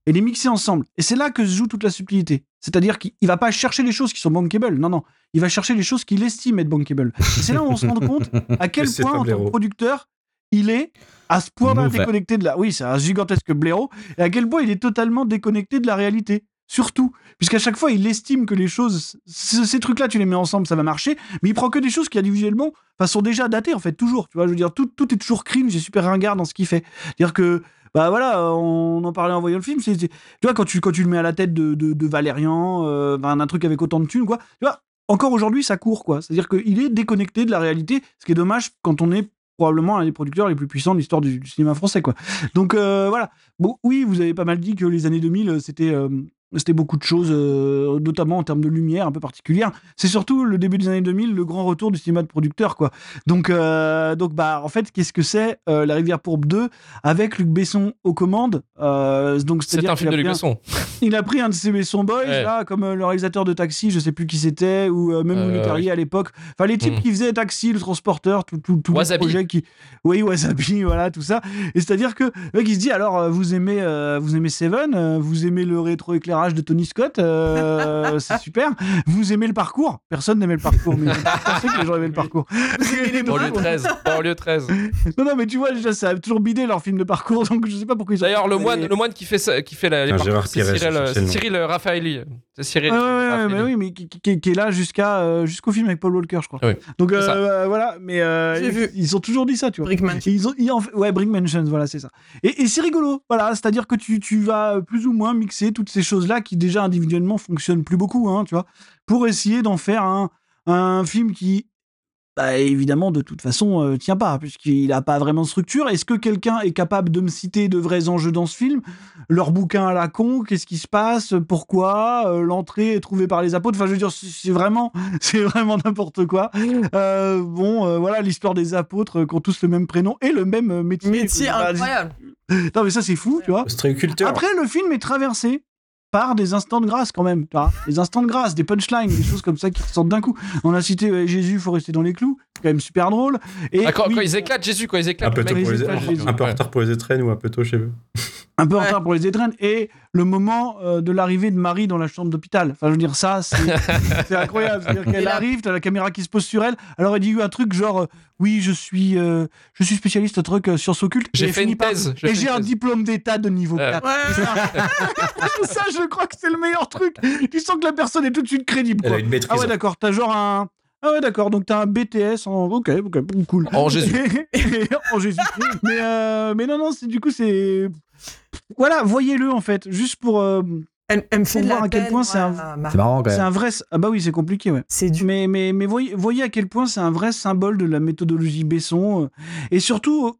Speaker 2: et les mixer ensemble. Et c'est là que se joue toute la subtilité. C'est-à-dire qu'il il va pas chercher les choses qui sont bankable. Non, non. Il va chercher les choses qu'il estime être bankable. Et c'est là où on se rend compte à quel
Speaker 3: Que c'est
Speaker 2: point,
Speaker 3: un
Speaker 2: en tant
Speaker 3: blaireau.
Speaker 2: que producteur, il est à ce point-là
Speaker 5: Mauvais.
Speaker 2: déconnecté de la. Oui, c'est un gigantesque blaireau. Et à quel point il est totalement déconnecté de la réalité. Surtout, puisqu'à chaque fois, il estime que les choses, ce- ces trucs-là, tu les mets ensemble, ça va marcher, mais il prend que des choses qui, individuellement, enfin, sont déjà datées, en fait, toujours. Tu vois, je veux dire, tout, tout est toujours cringe et super ringard dans ce qu'il fait. Dire que, bah voilà, euh, on en parlait en voyant le film, c'est, c'est- tu vois, quand tu, quand tu le mets à la tête de, de, de Valérian, euh, ben, un truc avec autant de thunes, quoi, tu vois, encore aujourd'hui, ça court, quoi. C'est-à-dire qu'il est déconnecté de la réalité, ce qui est dommage quand on est probablement un des producteurs les plus puissants de l'histoire du, du cinéma français, quoi. Donc, euh, voilà. Bon, oui, vous avez pas mal dit que les années 2000, euh, c'était. euh, c'était beaucoup de choses, euh, notamment en termes de lumière un peu particulière. C'est surtout le début des années 2000, le grand retour du cinéma de producteur, quoi. Donc, euh, donc bah, en fait, qu'est-ce que c'est euh, La Rivière Pourbe 2 avec Luc Besson aux commandes Euh, Donc,
Speaker 1: C'est
Speaker 2: c'est-à-dire
Speaker 1: un film de
Speaker 2: qu'il a
Speaker 1: Luc
Speaker 2: pris un-
Speaker 1: Besson.
Speaker 2: il a pris un de ses Besson Boys,
Speaker 1: Ouais.
Speaker 2: là, comme euh, le réalisateur de Taxi, je sais plus qui c'était, ou euh, même
Speaker 1: Euh,
Speaker 2: Louis Leterrier à l'époque. Enfin, les types
Speaker 1: Mm.
Speaker 2: qui faisaient Taxi, le transporteur, tout, tout, tout le
Speaker 1: Wasabi.
Speaker 2: projet qui. Oui, Wasabi, voilà, tout ça. Et c'est-à-dire que le mec, il se dit alors, euh, vous aimez, euh, vous aimez Seven, euh, vous aimez le rétroéclairage de Tony Scott, euh, c'est super. Vous aimez le parcours Personne n'aimait le parcours, mais je pensais que les gens aimaient le parcours.
Speaker 1: Banlieue 13. Banlieue 13.
Speaker 2: non, non, mais tu vois, déjà, ça a toujours bidé leur film de parcours, donc je sais pas pourquoi ils ont-
Speaker 1: D'ailleurs, le
Speaker 2: Mais-
Speaker 1: moine, le moine qui fait, ça- qui fait la, les
Speaker 3: Ah,
Speaker 1: parcours,
Speaker 3: Gérard
Speaker 1: c'est
Speaker 3: Pires,
Speaker 1: Cyril,
Speaker 3: je cherchais le nom.
Speaker 1: Cyril Raffaelli. C'est Cyril.
Speaker 2: Ouais, ouais, ouais,
Speaker 1: Raffaelli.
Speaker 2: mais oui, mais qui, qui- qui est là jusqu'à euh, jusqu'au film avec Paul Walker, je crois.
Speaker 1: Oui.
Speaker 2: Donc
Speaker 1: C'est ça.
Speaker 2: euh, voilà, mais euh,
Speaker 4: J'ai vu.
Speaker 2: ils ont toujours dit ça, tu vois.
Speaker 4: Brickman.
Speaker 2: Et ils ont, ils en fait- ouais, Brick Mansions, voilà, c'est ça. Et, et c'est rigolo, voilà, c'est-à-dire que tu, tu vas plus ou moins mixer toutes ces choses-là qui déjà individuellement fonctionnent plus beaucoup, hein, tu vois, pour essayer d'en faire un, un film qui, bah, évidemment, de toute façon, euh, tient pas, puisqu'il n'a pas vraiment de structure. Est-ce que quelqu'un est capable de me citer de vrais enjeux dans ce film Leur bouquin à la con, qu'est-ce qui se passe Pourquoi Euh, L'entrée est trouvée par les apôtres Enfin, je veux dire, c'est- c'est vraiment, c'est vraiment n'importe quoi.
Speaker 4: Mm.
Speaker 2: Euh, bon, euh, voilà, l'histoire des apôtres euh, qui ont tous le même prénom et le même euh, métier.
Speaker 4: Métier
Speaker 2: Bah,
Speaker 4: incroyable.
Speaker 2: non, mais ça, c'est fou, tu vois.
Speaker 3: Ostréiculteur.
Speaker 2: Après, le film est traversé par des instants de grâce quand même, tu vois. Des instants de grâce, des punchlines, des choses comme ça qui sortent d'un coup. On a cité euh, Jésus, faut rester dans les clous, c'est quand même super drôle. Et
Speaker 1: Ah, quand,
Speaker 2: oui,
Speaker 1: quand ils éclatent Jésus, quand ils éclatent.
Speaker 3: Un peu,
Speaker 1: le
Speaker 3: tôt
Speaker 1: mec,
Speaker 3: pour les...
Speaker 1: il éclate Jésus.
Speaker 3: un peu en
Speaker 1: Ouais.
Speaker 3: retard pour les étrennes ou un peu tôt chez eux.
Speaker 2: un peu en
Speaker 4: Ouais.
Speaker 2: retard pour les étrennes et le moment euh, de l'arrivée de Marie dans la chambre d'hôpital. Enfin, je veux dire, ça, c'est c'est incroyable. C'est-à-dire qu'elle
Speaker 4: là-
Speaker 2: arrive, t'as la caméra qui se pose sur elle. Alors, elle dit eu un truc genre, euh, oui, je suis, euh, je suis spécialiste de trucs euh, sciences occultes.
Speaker 1: J'ai
Speaker 2: Et elle
Speaker 1: fait
Speaker 2: finit
Speaker 1: une
Speaker 2: par-
Speaker 1: thèse, j'ai
Speaker 2: Et
Speaker 1: fait
Speaker 2: j'ai
Speaker 1: une
Speaker 2: un
Speaker 1: thèse. Euh.
Speaker 2: diplôme d'état de niveau
Speaker 1: Ouais.
Speaker 2: 4.
Speaker 4: Ouais, ouais, ouais.
Speaker 2: ça, je crois que c'est le meilleur truc. Tu sens que la personne est tout de suite crédible.
Speaker 3: Elle
Speaker 2: quoi.
Speaker 3: a une maîtrise.
Speaker 2: Ah ouais, d'accord. Ah T'as genre un, Ah ouais, d'accord. Donc t'as un BTS en. Ok, ok, cool.
Speaker 1: En Jésus.
Speaker 2: Et- en Jésus. mais, euh, mais non, non, c'est du coup, c'est. Voilà, voyez-le en fait, juste pour. euh,
Speaker 4: Elle, elle me fait
Speaker 2: Faut
Speaker 4: de la
Speaker 2: voir à quel
Speaker 4: peine,
Speaker 2: point c'est
Speaker 4: moi,
Speaker 2: un-
Speaker 4: Marc.
Speaker 5: C'est marrant quand
Speaker 2: C'est
Speaker 5: même.
Speaker 2: un vrai. Ah bah oui, c'est compliqué, ouais.
Speaker 4: C'est du.
Speaker 2: Mais, mais, mais voyez, voyez à quel point c'est un vrai symbole de la méthodologie Besson. euh, Et surtout, euh,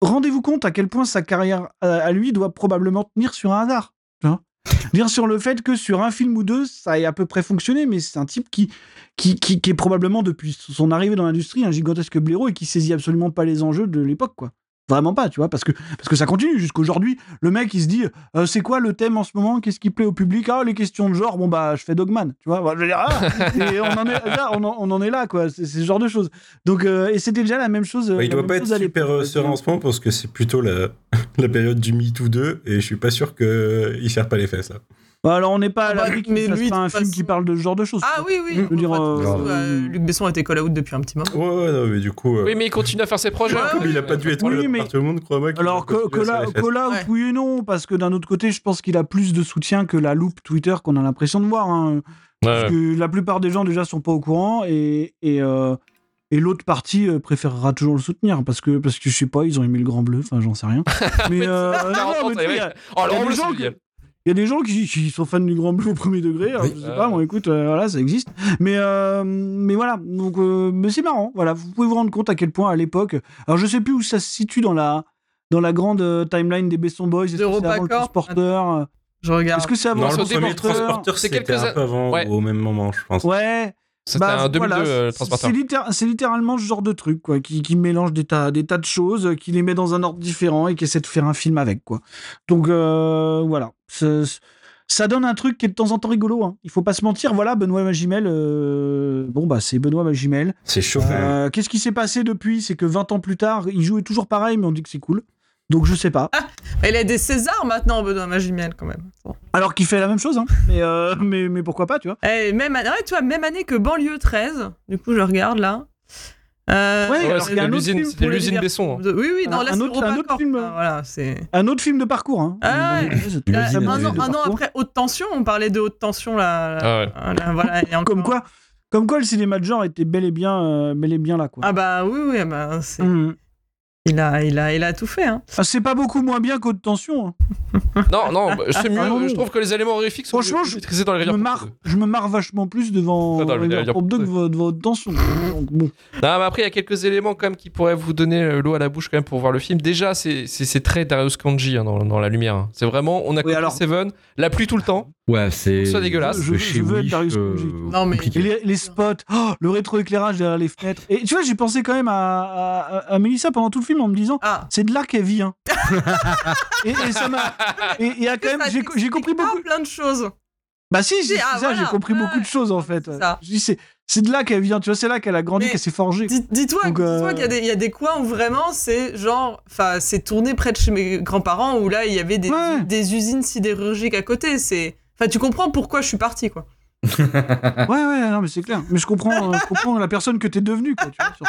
Speaker 2: rendez-vous compte à quel point sa carrière euh, à lui doit probablement tenir sur un hasard. tu vois. Dire sur le fait que sur un film ou deux, ça ait à peu près fonctionné, mais c'est un type qui, qui, qui, qui est probablement, depuis son arrivée dans l'industrie, un gigantesque blaireau et qui saisit absolument pas les enjeux de l'époque, quoi. Vraiment pas, tu vois, parce que, parce que ça continue jusqu'aujourd'hui. Le mec, il se dit, euh, c'est quoi le thème en ce moment Qu'est-ce qui plaît au public Ah, les questions de genre, bon bah, je fais Dogman, tu vois. Bah, je veux dire, ah, et on en est là, on en, on en est là, quoi. C'est c'est ce genre de choses. Donc, euh, et c'était déjà la même chose.
Speaker 3: Ouais,
Speaker 2: la
Speaker 3: il doit
Speaker 2: même
Speaker 3: pas être
Speaker 2: chose à l'époque,
Speaker 3: super euh,
Speaker 2: parce que-
Speaker 3: serein en ce moment parce que c'est plutôt la, la période du Me Too 2 et je suis pas sûr qu'il serre pas les fesses là.
Speaker 2: Bah, alors, on n'est pas à
Speaker 4: Ah bah,
Speaker 2: l'abri qu'il
Speaker 4: mais
Speaker 2: fasse
Speaker 4: lui,
Speaker 2: pas
Speaker 4: de
Speaker 2: un
Speaker 4: toute
Speaker 2: film
Speaker 4: façon-
Speaker 2: qui parle de ce genre de choses.
Speaker 4: Ah
Speaker 2: quoi.
Speaker 4: oui, oui.
Speaker 2: Je veux dire,
Speaker 4: Enfin, de toute façon,
Speaker 2: euh,
Speaker 4: euh, Luc Besson était call out depuis un petit moment.
Speaker 3: Ouais, ouais, non, mais du coup, euh,
Speaker 1: Oui, mais euh, il continue à faire ses projets. hein.
Speaker 4: Ouais,
Speaker 3: comme il a pas dû être
Speaker 2: Oui,
Speaker 3: collé
Speaker 2: mais-
Speaker 3: par tout le monde, crois-moi. qu'il
Speaker 2: Alors,
Speaker 3: va continuer
Speaker 2: co-
Speaker 3: à serrer
Speaker 2: Cola,
Speaker 3: les fesses.
Speaker 2: Cola,
Speaker 4: Ouais.
Speaker 2: oui et non, parce que d'un autre côté, je pense qu'il a plus de soutien que la loupe Twitter qu'on a l'impression de voir. hein. Parce que la plupart des gens déjà sont pas au courant et, et, euh, et l'autre partie euh, préférera toujours le soutenir parce que, parce que je sais pas, ils ont aimé le grand bleu, enfin j'en sais rien. Mais euh, non, mais tu sais, il y a-
Speaker 1: Oh,
Speaker 2: il y a
Speaker 1: alors,
Speaker 2: des
Speaker 1: le sait
Speaker 2: gens qui-
Speaker 1: bien.
Speaker 2: il y a des gens qui, qui sont fans du Grand Bleu au premier degré. alors
Speaker 5: Oui.
Speaker 2: je sais pas, bon, écoute, euh, voilà, ça existe. Mais, euh, mais voilà, donc, euh, mais c'est marrant. Voilà, vous pouvez vous rendre compte à quel point à l'époque. Alors, je sais plus où ça se situe dans la, dans la grande euh, timeline des Besson Boys. Est-ce que c'est avant le
Speaker 4: Europacorp.
Speaker 2: transporteur euh,
Speaker 4: Je regarde.
Speaker 2: Est-ce que c'est avant
Speaker 3: Non,
Speaker 1: c'est
Speaker 3: le
Speaker 1: au
Speaker 3: premier
Speaker 1: déporteur.
Speaker 3: transporteur,
Speaker 1: C'est
Speaker 3: c'était
Speaker 1: quelques
Speaker 3: un peu avant
Speaker 1: Ouais.
Speaker 3: ou au même moment, je pense.
Speaker 2: Ouais,
Speaker 1: C'était
Speaker 2: bah,
Speaker 1: un 2002,
Speaker 2: voilà,
Speaker 1: euh, le
Speaker 2: c'est-
Speaker 1: transporteur.
Speaker 2: C'est littér- c'est littéralement ce genre de truc, quoi, qui, qui mélange des tas, des tas de choses, euh, qui les met dans un ordre différent et qui essaie de faire un film avec, quoi. Donc, euh, voilà. C'est- c'est- Ça donne un truc qui est de temps en temps rigolo. Hein. Il faut pas se mentir. Voilà, Benoît Magimel. euh, Bon, bah, c'est Benoît Magimel.
Speaker 3: C'est chaud hein. quand même.
Speaker 2: Euh, Qu'est-ce qui s'est passé depuis C'est que 20 ans plus tard, il jouait toujours pareil, mais on dit que c'est cool. Donc, je sais pas.
Speaker 4: Il a des Césars maintenant, Benoît Magimel, quand même. Bon.
Speaker 2: Alors qu'il fait la même chose, hein. mais, euh, mais, mais pourquoi pas, tu vois
Speaker 4: Eh, même, année- ouais, tu vois, même année que Banlieue 13. Du coup, je regarde là. Euh,
Speaker 2: Ouais,
Speaker 1: Ouais,
Speaker 2: alors
Speaker 4: euh,
Speaker 2: qu'il y a
Speaker 1: C'était
Speaker 2: un autre
Speaker 1: l'usine-
Speaker 2: film
Speaker 1: c'était
Speaker 4: pour les
Speaker 1: l'usine Besson. hein.
Speaker 4: de- Oui, oui, non,
Speaker 2: Un-
Speaker 4: là,
Speaker 2: un
Speaker 4: c'est
Speaker 2: autre- un autre
Speaker 4: Europacorp,
Speaker 2: film. euh,
Speaker 4: hein, Voilà, c'est.
Speaker 2: Un autre film de parcours. Hein.
Speaker 4: Ah ouais.
Speaker 5: Une
Speaker 4: Euh,
Speaker 5: usine,
Speaker 4: un,
Speaker 5: une
Speaker 4: an,
Speaker 5: usine.
Speaker 4: un an
Speaker 2: Parcours.
Speaker 4: après haute tension, on parlait de haute tension là.
Speaker 1: Ah ouais.
Speaker 4: Voilà, voilà, et encore-
Speaker 2: Comme quoi, comme quoi le cinéma de genre était bel et bien, euh, bel et bien là quoi.
Speaker 4: Ah bah oui, oui, bah, c'est-
Speaker 2: Mm.
Speaker 4: il, a, il, a, il a tout fait. Hein.
Speaker 2: Ah, c'est pas beaucoup moins bien qu'Haute Tension. hein.
Speaker 1: Non, non, bah, c'est mieux.
Speaker 2: Ah non,
Speaker 1: euh, je
Speaker 2: non.
Speaker 1: trouve que les éléments horrifiques sont
Speaker 2: Franchement,
Speaker 1: mieux
Speaker 2: je-
Speaker 1: maîtrisés dans les
Speaker 2: Je me
Speaker 1: rivières
Speaker 2: marre,
Speaker 1: porteuses.
Speaker 2: je me marre vachement plus devant
Speaker 1: Ah, dans le
Speaker 2: River
Speaker 1: River
Speaker 2: Pump Dog que devant, devant Haute Tension. Donc, bon.
Speaker 1: Non, mais après, il y a quelques éléments quand même qui pourraient vous donner euh, l'eau à la bouche quand même pour voir le film. Déjà, c'est- c'est c'est très Darius Kanji hein, dans, dans la lumière. hein. C'est vraiment, on a compris
Speaker 2: alors-
Speaker 1: Seven, la pluie tout le temps.
Speaker 5: Ouais, c'est.
Speaker 1: Soit dégueulasse.
Speaker 5: de
Speaker 2: Je-
Speaker 5: chez
Speaker 2: je veux être
Speaker 5: Wish,
Speaker 2: Darius
Speaker 5: euh,
Speaker 2: Kunji.
Speaker 4: Non, mais-
Speaker 5: compliqué.
Speaker 2: Et les, les spots, oh, le rétroéclairage derrière les fenêtres. Et tu vois, j'ai pensé quand même à, à, à- à Mélissa pendant tout le film en me disant
Speaker 4: Ah,
Speaker 2: c'est de là qu'elle vit. hein. et, et ça m'a. Et, et à quand même,
Speaker 4: Ça
Speaker 2: j'ai j'ai
Speaker 4: t'explique
Speaker 2: compris
Speaker 4: pas
Speaker 2: beaucoup.
Speaker 4: plein de choses.
Speaker 2: Bah si, si,
Speaker 4: Si, ah,
Speaker 2: ça,
Speaker 4: voilà.
Speaker 2: j'ai compris
Speaker 4: Ouais,
Speaker 2: beaucoup de choses en
Speaker 4: ouais,
Speaker 2: fait.
Speaker 4: c'est ça.
Speaker 2: Je dis, C'est c'est de là qu'elle vient, tu vois, c'est là qu'elle a grandi,
Speaker 4: Mais
Speaker 2: qu'elle s'est forgée.
Speaker 4: Dis- Dis-toi
Speaker 2: Donc, euh,
Speaker 4: dis-toi qu'il y a des- il y, a des coins où vraiment c'est genre, enfin, c'est tourné près de chez mes grands-parents où là il y avait des,
Speaker 2: Ouais.
Speaker 4: des usines sidérurgiques à côté. C'est, enfin, tu comprends pourquoi je suis parti quoi.
Speaker 2: Ouais, ouais, non, mais c'est clair. Mais je comprends, euh, je comprends la personne que t'es devenue, quoi. Tu vois, surtout.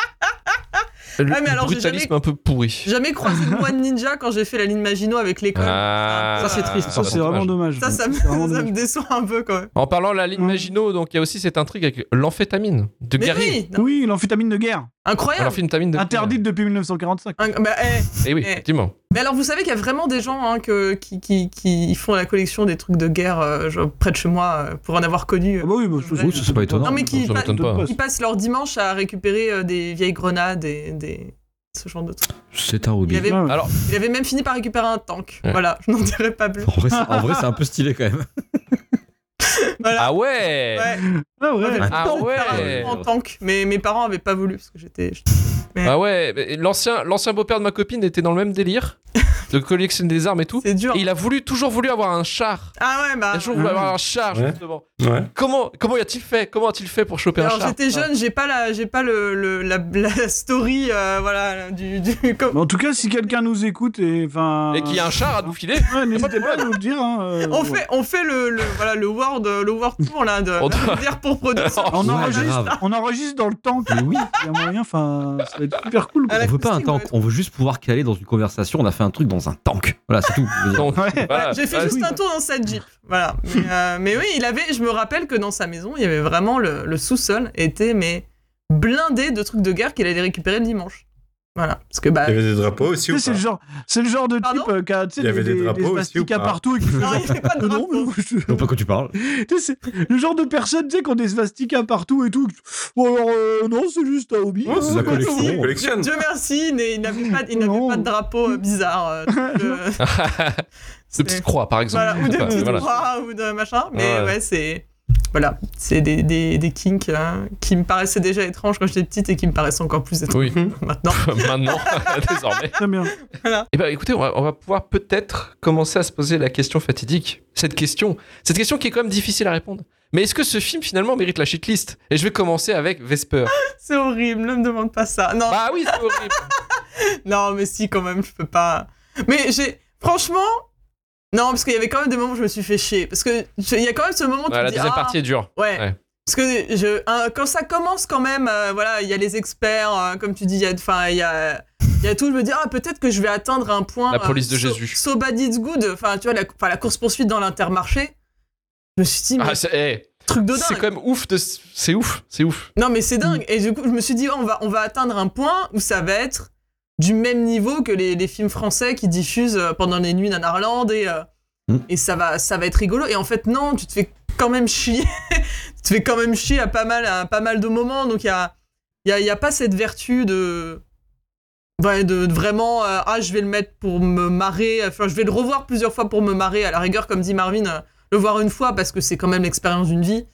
Speaker 1: Le
Speaker 4: Ah, mais alors, j'ai
Speaker 1: brutalisme
Speaker 4: jamais-
Speaker 1: un peu pourri.
Speaker 4: J'ai jamais croisé le moine ninja quand j'ai fait la ligne Maginot avec l'école.
Speaker 1: Ah.
Speaker 4: ça c'est triste.
Speaker 1: Ah,
Speaker 2: Ça,
Speaker 1: bah,
Speaker 2: c'est vraiment dommage.
Speaker 4: Ça, ça me,
Speaker 2: C'est vraiment
Speaker 4: ça me
Speaker 2: dommage.
Speaker 4: déçoit un peu quand même.
Speaker 1: En parlant de la ligne
Speaker 2: Mm.
Speaker 1: Maginot, donc il y a aussi cette intrigue avec l'amphétamine de
Speaker 4: Mais
Speaker 1: guerrier.
Speaker 4: oui, non,
Speaker 2: Oui, l'amphétamine de guerre,
Speaker 4: incroyable.
Speaker 1: L'amphétamine de
Speaker 2: interdite depuis 1945.
Speaker 4: Un- bah, eh,
Speaker 1: Et oui,
Speaker 4: Eh.
Speaker 1: effectivement.
Speaker 4: Mais alors, vous savez qu'il y a vraiment des gens hein, que, qui, qui, qui font la collection des trucs de guerre euh, genre, près de chez moi euh, pour en avoir connu. euh.
Speaker 2: Ah bah oui, bah,
Speaker 4: Oui,
Speaker 5: ça, c'est pas étonnant.
Speaker 4: Non, mais qui,
Speaker 1: ça
Speaker 4: pa-
Speaker 1: m'étonne pas.
Speaker 4: qui passent leur dimanche à récupérer euh, des vieilles grenades et des... ce genre de trucs.
Speaker 5: C'est un
Speaker 4: Il
Speaker 5: hobby.
Speaker 4: avait,
Speaker 2: Ah Ouais, ouais.
Speaker 1: Alors,
Speaker 4: il avait même fini par récupérer un tank.
Speaker 1: Ouais.
Speaker 4: Voilà, je n'en dirai pas plus.
Speaker 5: En vrai, c'est- en vrai, c'est un peu stylé quand même.
Speaker 1: ah ouais,
Speaker 4: Ouais,
Speaker 2: Ah ouais.
Speaker 4: j'avais
Speaker 1: Ah
Speaker 4: voulu faire un
Speaker 1: ouais.
Speaker 4: tour en tank, mais mes parents avaient pas voulu parce que j'étais. j'étais-
Speaker 1: Ah ouais, mais l'ancien l'ancien beau-père de ma copine était dans le même délire de collection des armes et tout.
Speaker 4: C'est dur.
Speaker 1: Et il a voulu toujours voulu avoir un char.
Speaker 4: Ah ouais,
Speaker 1: Il
Speaker 4: bah.
Speaker 1: a toujours voulu
Speaker 2: Ah.
Speaker 1: avoir un char
Speaker 3: Ouais.
Speaker 1: justement.
Speaker 3: Ouais.
Speaker 1: Comment comment y a-t-il fait Comment a-t-il fait pour choper un
Speaker 4: Alors
Speaker 1: char
Speaker 4: j'étais jeune, j'ai pas la, j'ai pas le, le- la, la story, euh, voilà, du, du
Speaker 2: Mais En tout cas, si quelqu'un nous écoute et enfin.
Speaker 1: Et qu'il y a un char à nous filer,
Speaker 2: Ouais, n'hésitez pas à nous le dire. hein, euh,
Speaker 4: On
Speaker 2: ouais.
Speaker 4: fait, on fait le, le- voilà, le Word, le Word tour, là, de,
Speaker 1: On doit-
Speaker 4: de dire pour produire.
Speaker 2: On
Speaker 5: Ouais, grave.
Speaker 2: enregistre, on enregistre dans le temps.
Speaker 5: Mais oui.
Speaker 2: Il y a moyen, enfin, ça va être super cool. Quoi.
Speaker 4: À la
Speaker 5: On veut pas un
Speaker 4: costume,
Speaker 5: tank,
Speaker 4: ouais.
Speaker 5: on veut juste pouvoir caler dans une conversation. On a fait un truc dans un tank. Voilà, c'est tout. Je veux dire.
Speaker 1: Donc,
Speaker 2: Ouais.
Speaker 1: voilà.
Speaker 4: J'ai fait
Speaker 1: Ouais.
Speaker 4: juste
Speaker 2: oui.
Speaker 4: un tour dans sa Jeep. Voilà. Mais, euh, mais oui, il avait, je me rappelle que dans sa maison, il y avait vraiment le, le sous-sol était, mais blindé de trucs de guerre qu'il allait récupérer le dimanche. Voilà, parce que bah.
Speaker 3: Il y avait des drapeaux aussi
Speaker 2: Tu
Speaker 3: ou
Speaker 2: sais, c'est
Speaker 5: hein.
Speaker 2: le
Speaker 3: pas
Speaker 2: genre, c'est le genre de
Speaker 4: Pardon
Speaker 2: type euh, qui a tu sais,
Speaker 3: Il y avait des drapeaux aussi ou
Speaker 2: swastikas
Speaker 3: pas
Speaker 2: partout et qui fait
Speaker 4: Non,
Speaker 2: genre,
Speaker 4: il fait pas de
Speaker 2: Non,
Speaker 4: drapeau.
Speaker 2: mais je-
Speaker 5: Je vois pas quand tu parles.
Speaker 2: Tu sais, c'est le genre de personnes tu sais, qui ont des swastikas partout et tout. Bon, alors, euh, non, c'est juste un hobby.
Speaker 3: Oh, c'est
Speaker 2: Euh,
Speaker 3: de la
Speaker 2: bah,
Speaker 3: collection.
Speaker 4: Dieu-
Speaker 3: on collectionne.
Speaker 4: Dieu merci, il, il n'avait pas, il n'avait
Speaker 2: Non.
Speaker 4: pas de drapeau euh, bizarre. euh, donc, euh,
Speaker 1: De petites croix, par exemple.
Speaker 4: voilà, ou de
Speaker 1: Enfin,
Speaker 4: petites
Speaker 1: voilà.
Speaker 4: croix ou de machin. Mais
Speaker 1: Ouais.
Speaker 4: ouais, c'est. Voilà, c'est des, des, des kinks hein, qui me paraissaient déjà étranges quand j'étais petite et qui me paraissent encore plus étranges
Speaker 1: Oui,
Speaker 4: maintenant.
Speaker 1: maintenant, désormais.
Speaker 2: Très bien.
Speaker 1: Eh ben, écoutez, on va, on va pouvoir peut-être commencer à se poser la question fatidique. Cette question, cette question qui est quand même difficile à répondre. Mais est-ce que ce film finalement mérite la shitlist Et je vais commencer avec Vesper.
Speaker 4: C'est horrible, ne me demande pas ça. Non,
Speaker 1: Bah oui, c'est horrible.
Speaker 4: non, mais si, quand même, je peux pas. Mais j'ai. Franchement. Non, parce qu'il y avait quand même des moments où je me suis fait chier. Parce que je- il y a quand même ce moment où
Speaker 1: Ouais, la
Speaker 4: tu te dis,
Speaker 1: deuxième
Speaker 4: ah,
Speaker 1: partie est dure.
Speaker 4: Ouais.
Speaker 1: Ouais.
Speaker 4: Parce que je, un- quand ça commence quand même, euh, voilà, il y a les experts, euh, comme tu dis, il y a, enfin, il y a, il y a tout. Je me dis, ah, peut-être que je vais atteindre un point. euh,
Speaker 1: La police de
Speaker 4: so-
Speaker 1: Jésus.
Speaker 4: So bad it's good. Enfin, tu vois, la, enfin, la course poursuite dans l'intermarché. Je me suis dit, mais
Speaker 1: Ah, c'est eh,
Speaker 4: truc de
Speaker 1: c'est
Speaker 4: dingue.
Speaker 1: quand même ouf. de- C'est ouf, c'est ouf.
Speaker 4: Non, mais c'est dingue. Et du coup, je me suis dit, on va, on va atteindre un point où ça va être du même niveau que les, les films français qui diffusent euh, pendant les nuits nanarland et, euh,
Speaker 5: Mm.
Speaker 4: et ça, va, ça va être rigolo. Et en fait, non, tu te fais quand même chier. tu te fais quand même chier à pas mal, à pas mal de moments. Donc, il y a, il y a- il y a pas cette vertu de. ouais, de, de vraiment, euh, ah, je vais le mettre pour me marrer. Enfin, je vais le revoir plusieurs fois pour me marrer. À la rigueur, comme dit Marvin, euh, le voir une fois parce que c'est quand même l'expérience d'une vie.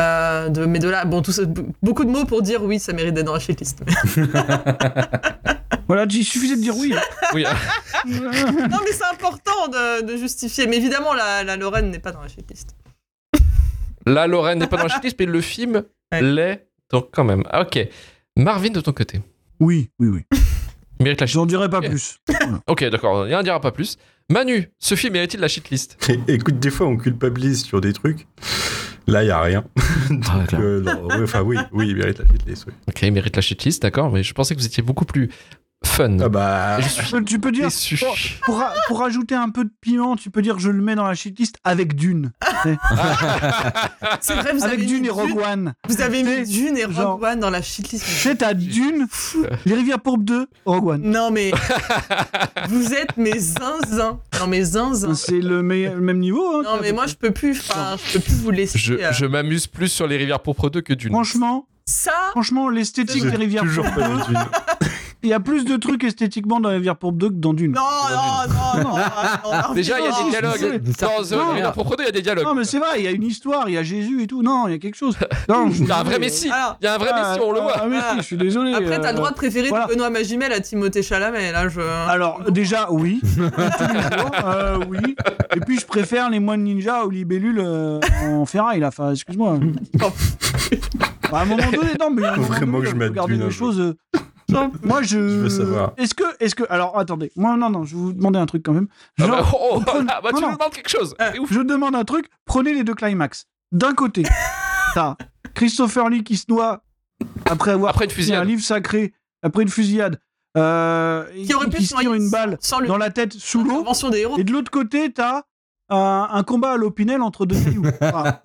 Speaker 4: Euh, de, mais de là, bon, tout ça, be- beaucoup de mots pour dire oui, ça mérite d'être dans la shitlist.
Speaker 2: Voilà, il suffisait de dire oui.
Speaker 1: Oui. hein.
Speaker 4: non, mais c'est important de, de justifier. Mais évidemment, la, la Lorraine n'est pas dans la shitlist.
Speaker 1: Là, Lorraine n'est pas dans la shitlist, mais le film
Speaker 4: Ouais.
Speaker 1: l'est donc quand même. Ah, ok. Marvin, de ton côté,
Speaker 2: Oui, oui, oui.
Speaker 1: mérite la shitlist.
Speaker 2: J'en dirai pas
Speaker 1: Ok.
Speaker 2: plus.
Speaker 1: Ok, d'accord, il n'en dira pas plus. Manu, ce film mérite-il la shitlist
Speaker 3: Écoute, des fois, on culpabilise sur des trucs. Là, il n'y a rien.
Speaker 5: Ah, clair.
Speaker 3: Euh, non, ouais, Enfin, oui, oui, il mérite la shitlist, oui.
Speaker 1: Ok, il mérite la shitlist, d'accord, mais je pensais que vous étiez beaucoup plus fun.
Speaker 3: Ah bah...
Speaker 1: Je suis
Speaker 2: Euh, Tu peux dire.
Speaker 1: déçu.
Speaker 2: Pour, pour, ra- pour rajouter un peu de piment, tu peux dire je le mets dans la shitlist avec Dune.
Speaker 4: C'est vrai, vous
Speaker 2: avec
Speaker 4: avez
Speaker 2: Dune
Speaker 4: mis
Speaker 2: et Rogue One.
Speaker 4: Vous avez mis
Speaker 2: C'est
Speaker 4: Dune et Rogue
Speaker 2: genre-
Speaker 4: One dans la shitlist.
Speaker 2: C'est à Dune, les rivières pourbes 2, Rogue One.
Speaker 4: Non, mais vous êtes mes zinzins. Non, mais zinzins.
Speaker 2: C'est le, me- le même niveau. hein.
Speaker 4: Non, mais moi, je peux plus. Enfin, je peux plus vous laisser.
Speaker 1: Je,
Speaker 4: euh,
Speaker 1: je m'amuse plus sur les rivières pourpres 2 que d'une.
Speaker 2: Franchement,
Speaker 4: Ça,
Speaker 2: franchement l'esthétique
Speaker 3: j'ai
Speaker 2: des rivières
Speaker 3: toujours
Speaker 2: Pourbes
Speaker 3: pas
Speaker 2: 2,
Speaker 3: vu Dune.
Speaker 2: il y a plus de trucs esthétiquement dans les rivières pourbes 2 que dans Dune.
Speaker 4: non, non, non, non. non, non,
Speaker 1: Déjà, il y a
Speaker 4: non.
Speaker 1: des
Speaker 5: c'est-
Speaker 1: dialogues.
Speaker 5: ça-
Speaker 1: Dans euh,
Speaker 2: Non.
Speaker 1: les rivières pourpres 2, il y a des dialogues.
Speaker 2: Non, mais c'est vrai, il y a une histoire, il y a Jésus et tout. Non, il y a quelque chose. Non, je-
Speaker 1: Il y a un vrai Messi.
Speaker 4: Alors,
Speaker 1: Il y a un vrai
Speaker 2: Ah,
Speaker 1: Messi, on le voit.
Speaker 2: ah, Messi, je suis désolé.
Speaker 4: Après, t'as
Speaker 2: euh,
Speaker 4: le droit de préférer
Speaker 2: voilà.
Speaker 4: Benoît Magimel à Timothée Chalamet. Là, je.
Speaker 2: Alors, déjà, oui. Tous les jours, euh, oui. Et puis, je préfère les moines ninja ou libellules euh, en ferraille, là. Enfin, excuse-moi. à un moment donné, non, mais. il y a un moment
Speaker 3: Vraiment
Speaker 2: donné,
Speaker 3: que je
Speaker 2: on peut
Speaker 3: m'adouine
Speaker 2: regarder
Speaker 3: un
Speaker 2: les
Speaker 3: peu.
Speaker 2: choses. euh, Moi, je.
Speaker 3: Je veux savoir.
Speaker 2: Est-ce que. Est-ce que. Alors, attendez. Moi, non, non, je vais vous demander un truc quand même.
Speaker 1: Ah
Speaker 2: Genre,
Speaker 1: bah, oh, oh,
Speaker 2: prenez-
Speaker 1: ah bah, tu
Speaker 2: non,
Speaker 1: nous
Speaker 2: non.
Speaker 1: demandes quelque chose. C'est ouf.
Speaker 2: je demande un truc. Prenez les deux climax. D'un côté, t'as Christopher Lee qui se noie après avoir
Speaker 1: Après une
Speaker 2: il y a un
Speaker 1: fusillade.
Speaker 2: livre sacré après une fusillade euh, et-
Speaker 4: Qui aurait
Speaker 2: et
Speaker 4: pu
Speaker 2: qui
Speaker 4: se
Speaker 2: se tire
Speaker 4: noyer
Speaker 2: une balle
Speaker 4: sans le-
Speaker 2: dans la tête sous l'eau.
Speaker 4: L'intervention des héros.
Speaker 2: Et de l'autre côté, t'as euh, un, un combat à l'opinel entre deux cailloux. Voilà.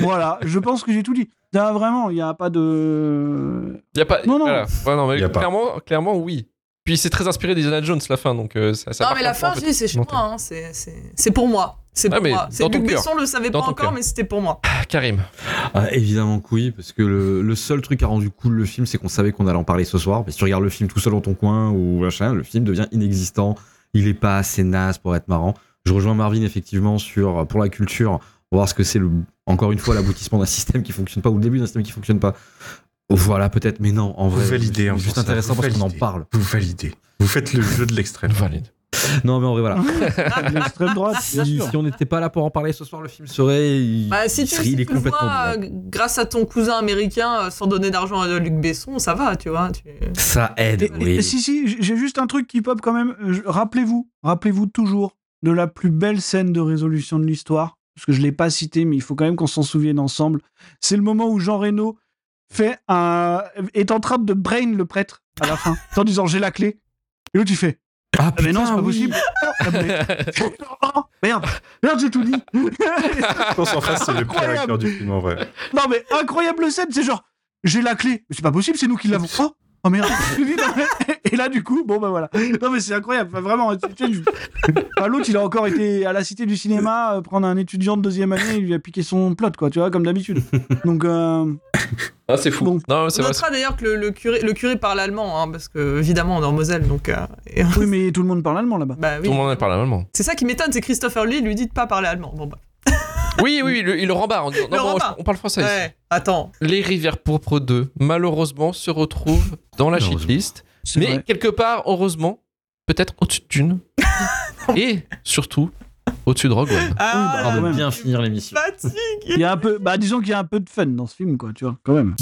Speaker 2: Voilà, je pense que j'ai tout dit. T'as vraiment, il n'y a pas de.
Speaker 1: Il y a pas.
Speaker 2: Non, non.
Speaker 1: voilà. Ouais, non, mais
Speaker 3: Il y a pas.
Speaker 1: clairement, clairement, oui. Puis c'est très inspiré des Indiana Jones, la fin, donc euh, ça, ça
Speaker 4: non,
Speaker 1: marque
Speaker 4: mais la
Speaker 1: un point,
Speaker 4: fin, je
Speaker 1: peut-être.
Speaker 4: dis, c'est chez moi. hein, c'est- C'est c'est pour moi. C'est
Speaker 1: Ah,
Speaker 4: pour
Speaker 1: mais
Speaker 4: moi. C'est
Speaker 1: dans ton
Speaker 4: Luc
Speaker 1: cœur.
Speaker 4: Besson le savait
Speaker 1: Dans
Speaker 4: pas
Speaker 1: ton
Speaker 4: encore,
Speaker 1: cœur.
Speaker 4: mais c'était pour moi.
Speaker 1: Ah, Karim.
Speaker 5: Ah, évidemment que oui, parce que le, le seul truc à rendu cool le film, c'est qu'on savait qu'on allait en parler ce soir. Mais si tu regardes le film tout seul dans ton coin ou machin, le film devient inexistant. Il est pas assez naze pour être marrant. Je rejoins Marvin effectivement sur pour la culture, voir ce que c'est le encore une fois l'aboutissement d'un système qui fonctionne pas ou le début d'un système qui fonctionne pas. Voilà peut-être, mais non en
Speaker 3: Vous
Speaker 5: vrai.
Speaker 3: validez, en
Speaker 5: c'est juste
Speaker 3: faisant ça,
Speaker 5: intéressant
Speaker 3: vous
Speaker 5: parce qu'on en
Speaker 3: validez.
Speaker 5: parle.
Speaker 3: Vous validez. Vous faites le jeu de l'extrême.
Speaker 1: Valide.
Speaker 5: Non mais en vrai voilà.
Speaker 2: L'extrême droite, Ah, bien
Speaker 5: si,
Speaker 2: sûr.
Speaker 5: si on n'était pas là pour en parler ce soir, le film serait. il-
Speaker 4: Bah, si
Speaker 5: il
Speaker 4: tu,
Speaker 5: serait-
Speaker 4: si
Speaker 5: il est
Speaker 4: tu le
Speaker 5: complètement.
Speaker 4: vois
Speaker 5: bizarre.
Speaker 4: euh, grâce à ton cousin américain euh, sans donner d'argent à Luc Besson, ça va, tu vois. tu-
Speaker 5: Ça aide.
Speaker 2: euh, Et-
Speaker 5: Oui.
Speaker 2: Si, si, j'ai juste un truc qui pop quand même. Je- Rappelez-vous, rappelez-vous toujours de la plus belle scène de résolution de l'histoire, parce que je ne l'ai pas citée, mais il faut quand même qu'on s'en souvienne ensemble. C'est le moment où Jean Reno fait un... est en train de brain le prêtre à la fin, en disant j'ai la clé. Et l'autre, il fait
Speaker 5: Ah
Speaker 2: Ah, mais non, c'est pas
Speaker 5: oui.
Speaker 2: possible. Oh, la boulette. Oh, merde, merde, j'ai tout dit.
Speaker 3: Qu'on s'en fasse, c'est le pire
Speaker 2: Incroyable.
Speaker 3: acteur du film en vrai.
Speaker 2: non, mais incroyable scène, c'est genre j'ai la clé. Mais c'est pas possible, c'est nous qui l'avons. Oh, oh merde. Et là, du coup, bon, bah voilà. Non, mais c'est incroyable. Enfin, vraiment, tu- tu- tu- Enfin, l'autre, il a encore été à la cité du cinéma euh, prendre un étudiant de deuxième année, il lui a piqué son plot, quoi, tu vois, comme d'habitude. Donc, euh,
Speaker 1: Ah, c'est fou.
Speaker 2: Bon.
Speaker 1: Non, c'est
Speaker 4: On
Speaker 1: vrai.
Speaker 4: notera d'ailleurs que le, le curé, le curé parle allemand, hein, parce que évidemment on est en Moselle, donc. euh, et-
Speaker 2: oui, mais tout le monde parle allemand là-bas.
Speaker 4: bah, oui.
Speaker 1: Tout le monde en parle allemand.
Speaker 4: C'est ça qui m'étonne, c'est Christopher Lee lui dit de pas parler allemand. Bon bah.
Speaker 1: Oui, oui, il, il le rembarre en disant
Speaker 4: Le
Speaker 1: Non, bon,
Speaker 4: rembarre.
Speaker 1: on parle français. ici.
Speaker 4: Ouais, attends.
Speaker 1: Les Rivières Pourpres 2, malheureusement, se retrouvent dans la
Speaker 5: Malheureusement.
Speaker 1: shitlist.
Speaker 2: C'est
Speaker 1: Mais
Speaker 2: vrai.
Speaker 1: quelque part, heureusement, peut-être au-dessus de Dune. et surtout, au-dessus de Rogue One.
Speaker 2: bah,
Speaker 4: Ah,
Speaker 2: quand
Speaker 5: de
Speaker 2: même.
Speaker 5: bien finir l'émission.
Speaker 2: Il
Speaker 4: Fatigue.
Speaker 2: y a un peu, bah, disons qu'il y a un peu de fun dans ce film, quoi, tu vois, quand même.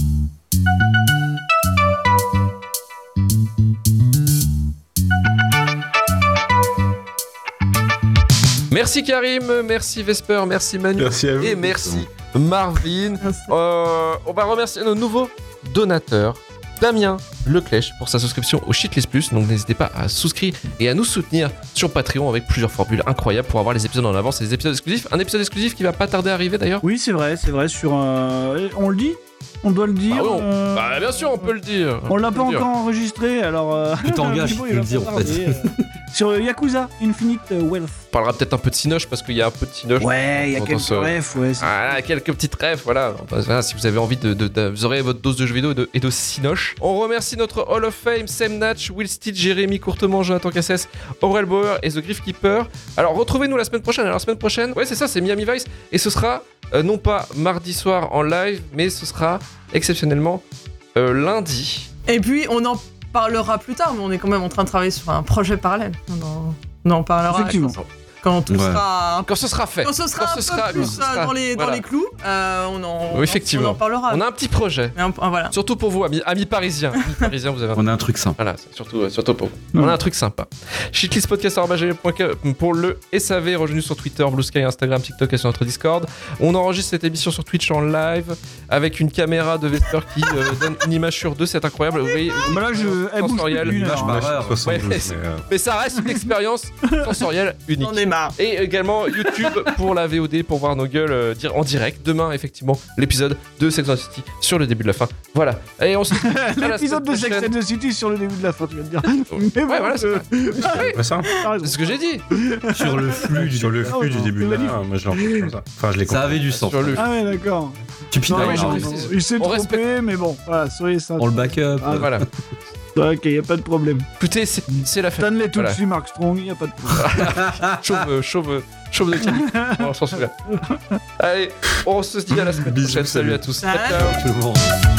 Speaker 1: Merci Karim, merci Vesper, merci Manu.
Speaker 3: Merci à vous.
Speaker 1: Et merci Marvin. Euh, on va remercier nos nouveaux donateurs. Damien Leclèche pour sa souscription au Shitlist Plus. Donc n'hésitez pas à souscrire et à nous soutenir sur Patreon avec plusieurs formules incroyables pour avoir les épisodes en avance et les épisodes exclusifs. Un épisode exclusif qui va pas tarder à arriver d'ailleurs.
Speaker 2: Oui, c'est vrai, c'est vrai. Sur, euh, on le dit, on doit le dire.
Speaker 1: oui, on-
Speaker 2: euh,
Speaker 1: Bah bien sûr, on peut le dire.
Speaker 2: on l'a
Speaker 1: peut
Speaker 2: pas
Speaker 1: le dire.
Speaker 2: encore enregistré, alors. euh,
Speaker 5: Tu t'engages,
Speaker 2: Thibaut,
Speaker 5: tu
Speaker 2: il va
Speaker 5: peux le dire,
Speaker 2: pas
Speaker 5: en fait.
Speaker 2: tarder, euh, Sur euh, Yakuza Infinite Wealth.
Speaker 1: On parlera peut-être un peu de Sinoche parce qu'il y a un peu de Sinoche.
Speaker 2: Ouais, il y a
Speaker 1: Dans
Speaker 2: quelques
Speaker 1: ce-
Speaker 2: brefs, ouais. c'est-
Speaker 1: Ah, quelques petites rêves, voilà. Voilà, Si vous avez envie de, de- de- Vous aurez votre dose de jeux vidéo et de, et de cinoche. On remercie notre Hall of Fame, Sam Natch, Will Steed, Jérémy Courtement, Jonathan Cassès, Aurel Bauer et The Griff Keeper. Alors, retrouvez-nous la semaine prochaine. Alors, la semaine prochaine, ouais, c'est ça, c'est Miami Vice. Et ce sera euh, non pas mardi soir en live, mais ce sera exceptionnellement euh, lundi.
Speaker 4: Et puis on en parlera plus tard, mais on est quand même en train de travailler sur un projet parallèle. On en, on en parlera
Speaker 2: Effectivement.
Speaker 4: quand tout
Speaker 5: Ouais.
Speaker 4: sera un peu-
Speaker 1: Quand ce sera fait.
Speaker 4: quand ce sera
Speaker 1: Quand
Speaker 4: un
Speaker 1: ce
Speaker 4: peu
Speaker 1: sera-
Speaker 4: plus
Speaker 1: quand ce
Speaker 4: euh,
Speaker 1: sera-
Speaker 4: dans, les,
Speaker 1: voilà.
Speaker 4: dans les clous, euh, on, en, on en-
Speaker 1: Effectivement.
Speaker 4: on en parlera.
Speaker 1: On a un petit projet.
Speaker 4: Mais un- ah, voilà.
Speaker 1: Surtout pour vous, amis, amis parisiens. Amis parisiens, vous avez un
Speaker 5: On a un truc simple.
Speaker 1: Voilà, c'est surtout, euh, surtout pour vous.
Speaker 2: Mm.
Speaker 1: On a un truc sympa. Shitlistpodcast.com pour le SAV. Rejoignez-nous sur Twitter, Blue Sky, Instagram, TikTok et sur notre Discord. On enregistre cette émission sur Twitch en live avec une caméra de Vesper qui euh, donne une image sur deux. C'est incroyable. Vous voyez,
Speaker 2: Bah là, je. Elle bouge plus
Speaker 1: Sensoriel,
Speaker 2: d'une
Speaker 5: l'image
Speaker 2: heure,
Speaker 5: par
Speaker 2: hein.
Speaker 5: heure. erreur.
Speaker 3: 72,
Speaker 1: Ouais, c'est-
Speaker 3: mais, euh,
Speaker 1: mais ça reste une expérience sensorielle unique.
Speaker 4: J'en ai marre.
Speaker 1: Et également YouTube pour la VOD pour voir nos gueules euh, dire en direct. Demain, effectivement, l'épisode de Sex and the City sur le début de la fin. Voilà. Et on se retrouve à la semaine
Speaker 2: L'épisode de Sex
Speaker 1: prochaine.
Speaker 2: and the City sur le début de la fin, tu viens de dire.
Speaker 1: Ouais,
Speaker 2: bon,
Speaker 1: voilà, c'est
Speaker 2: euh,
Speaker 3: pas ça
Speaker 2: t'as raison.
Speaker 1: C'est ce que j'ai dit.
Speaker 5: Sur le flux du
Speaker 3: Sur le
Speaker 2: Ah ouais,
Speaker 3: flux du
Speaker 2: non,
Speaker 3: début
Speaker 2: tu
Speaker 3: de
Speaker 2: l'as
Speaker 3: la fin, moi je l'en fais comme ça. Enfin, je l'ai compris.
Speaker 5: Ça avait du sens.
Speaker 1: Sur le
Speaker 2: Ah ouais, d'accord.
Speaker 5: Tu piques
Speaker 2: Non,
Speaker 5: la
Speaker 1: ouais,
Speaker 2: mais
Speaker 1: j'en
Speaker 5: merde.
Speaker 2: non,
Speaker 1: ai-
Speaker 2: non,
Speaker 1: c'est-
Speaker 2: Il s'est
Speaker 1: on
Speaker 2: trompé,
Speaker 1: respecte.
Speaker 2: mais bon, voilà, soyez ça.
Speaker 5: On le back up.
Speaker 2: Ah,
Speaker 1: Voilà.
Speaker 2: Ok, y a pas de problème.
Speaker 1: Écoutez, c'est c'est la fête.
Speaker 2: Stanley tout de
Speaker 1: Voilà.
Speaker 2: suite, Mark Strong, y a pas de problème.
Speaker 1: chauve, euh, chauve, euh, chauve de Kelly. Bon, on s'en souvient. Allez, on se dit à la semaine
Speaker 3: Bisous,
Speaker 1: prochaine. Salut
Speaker 3: salut.
Speaker 1: à tous.
Speaker 4: Salut.
Speaker 1: Ciao.
Speaker 5: Tout le monde.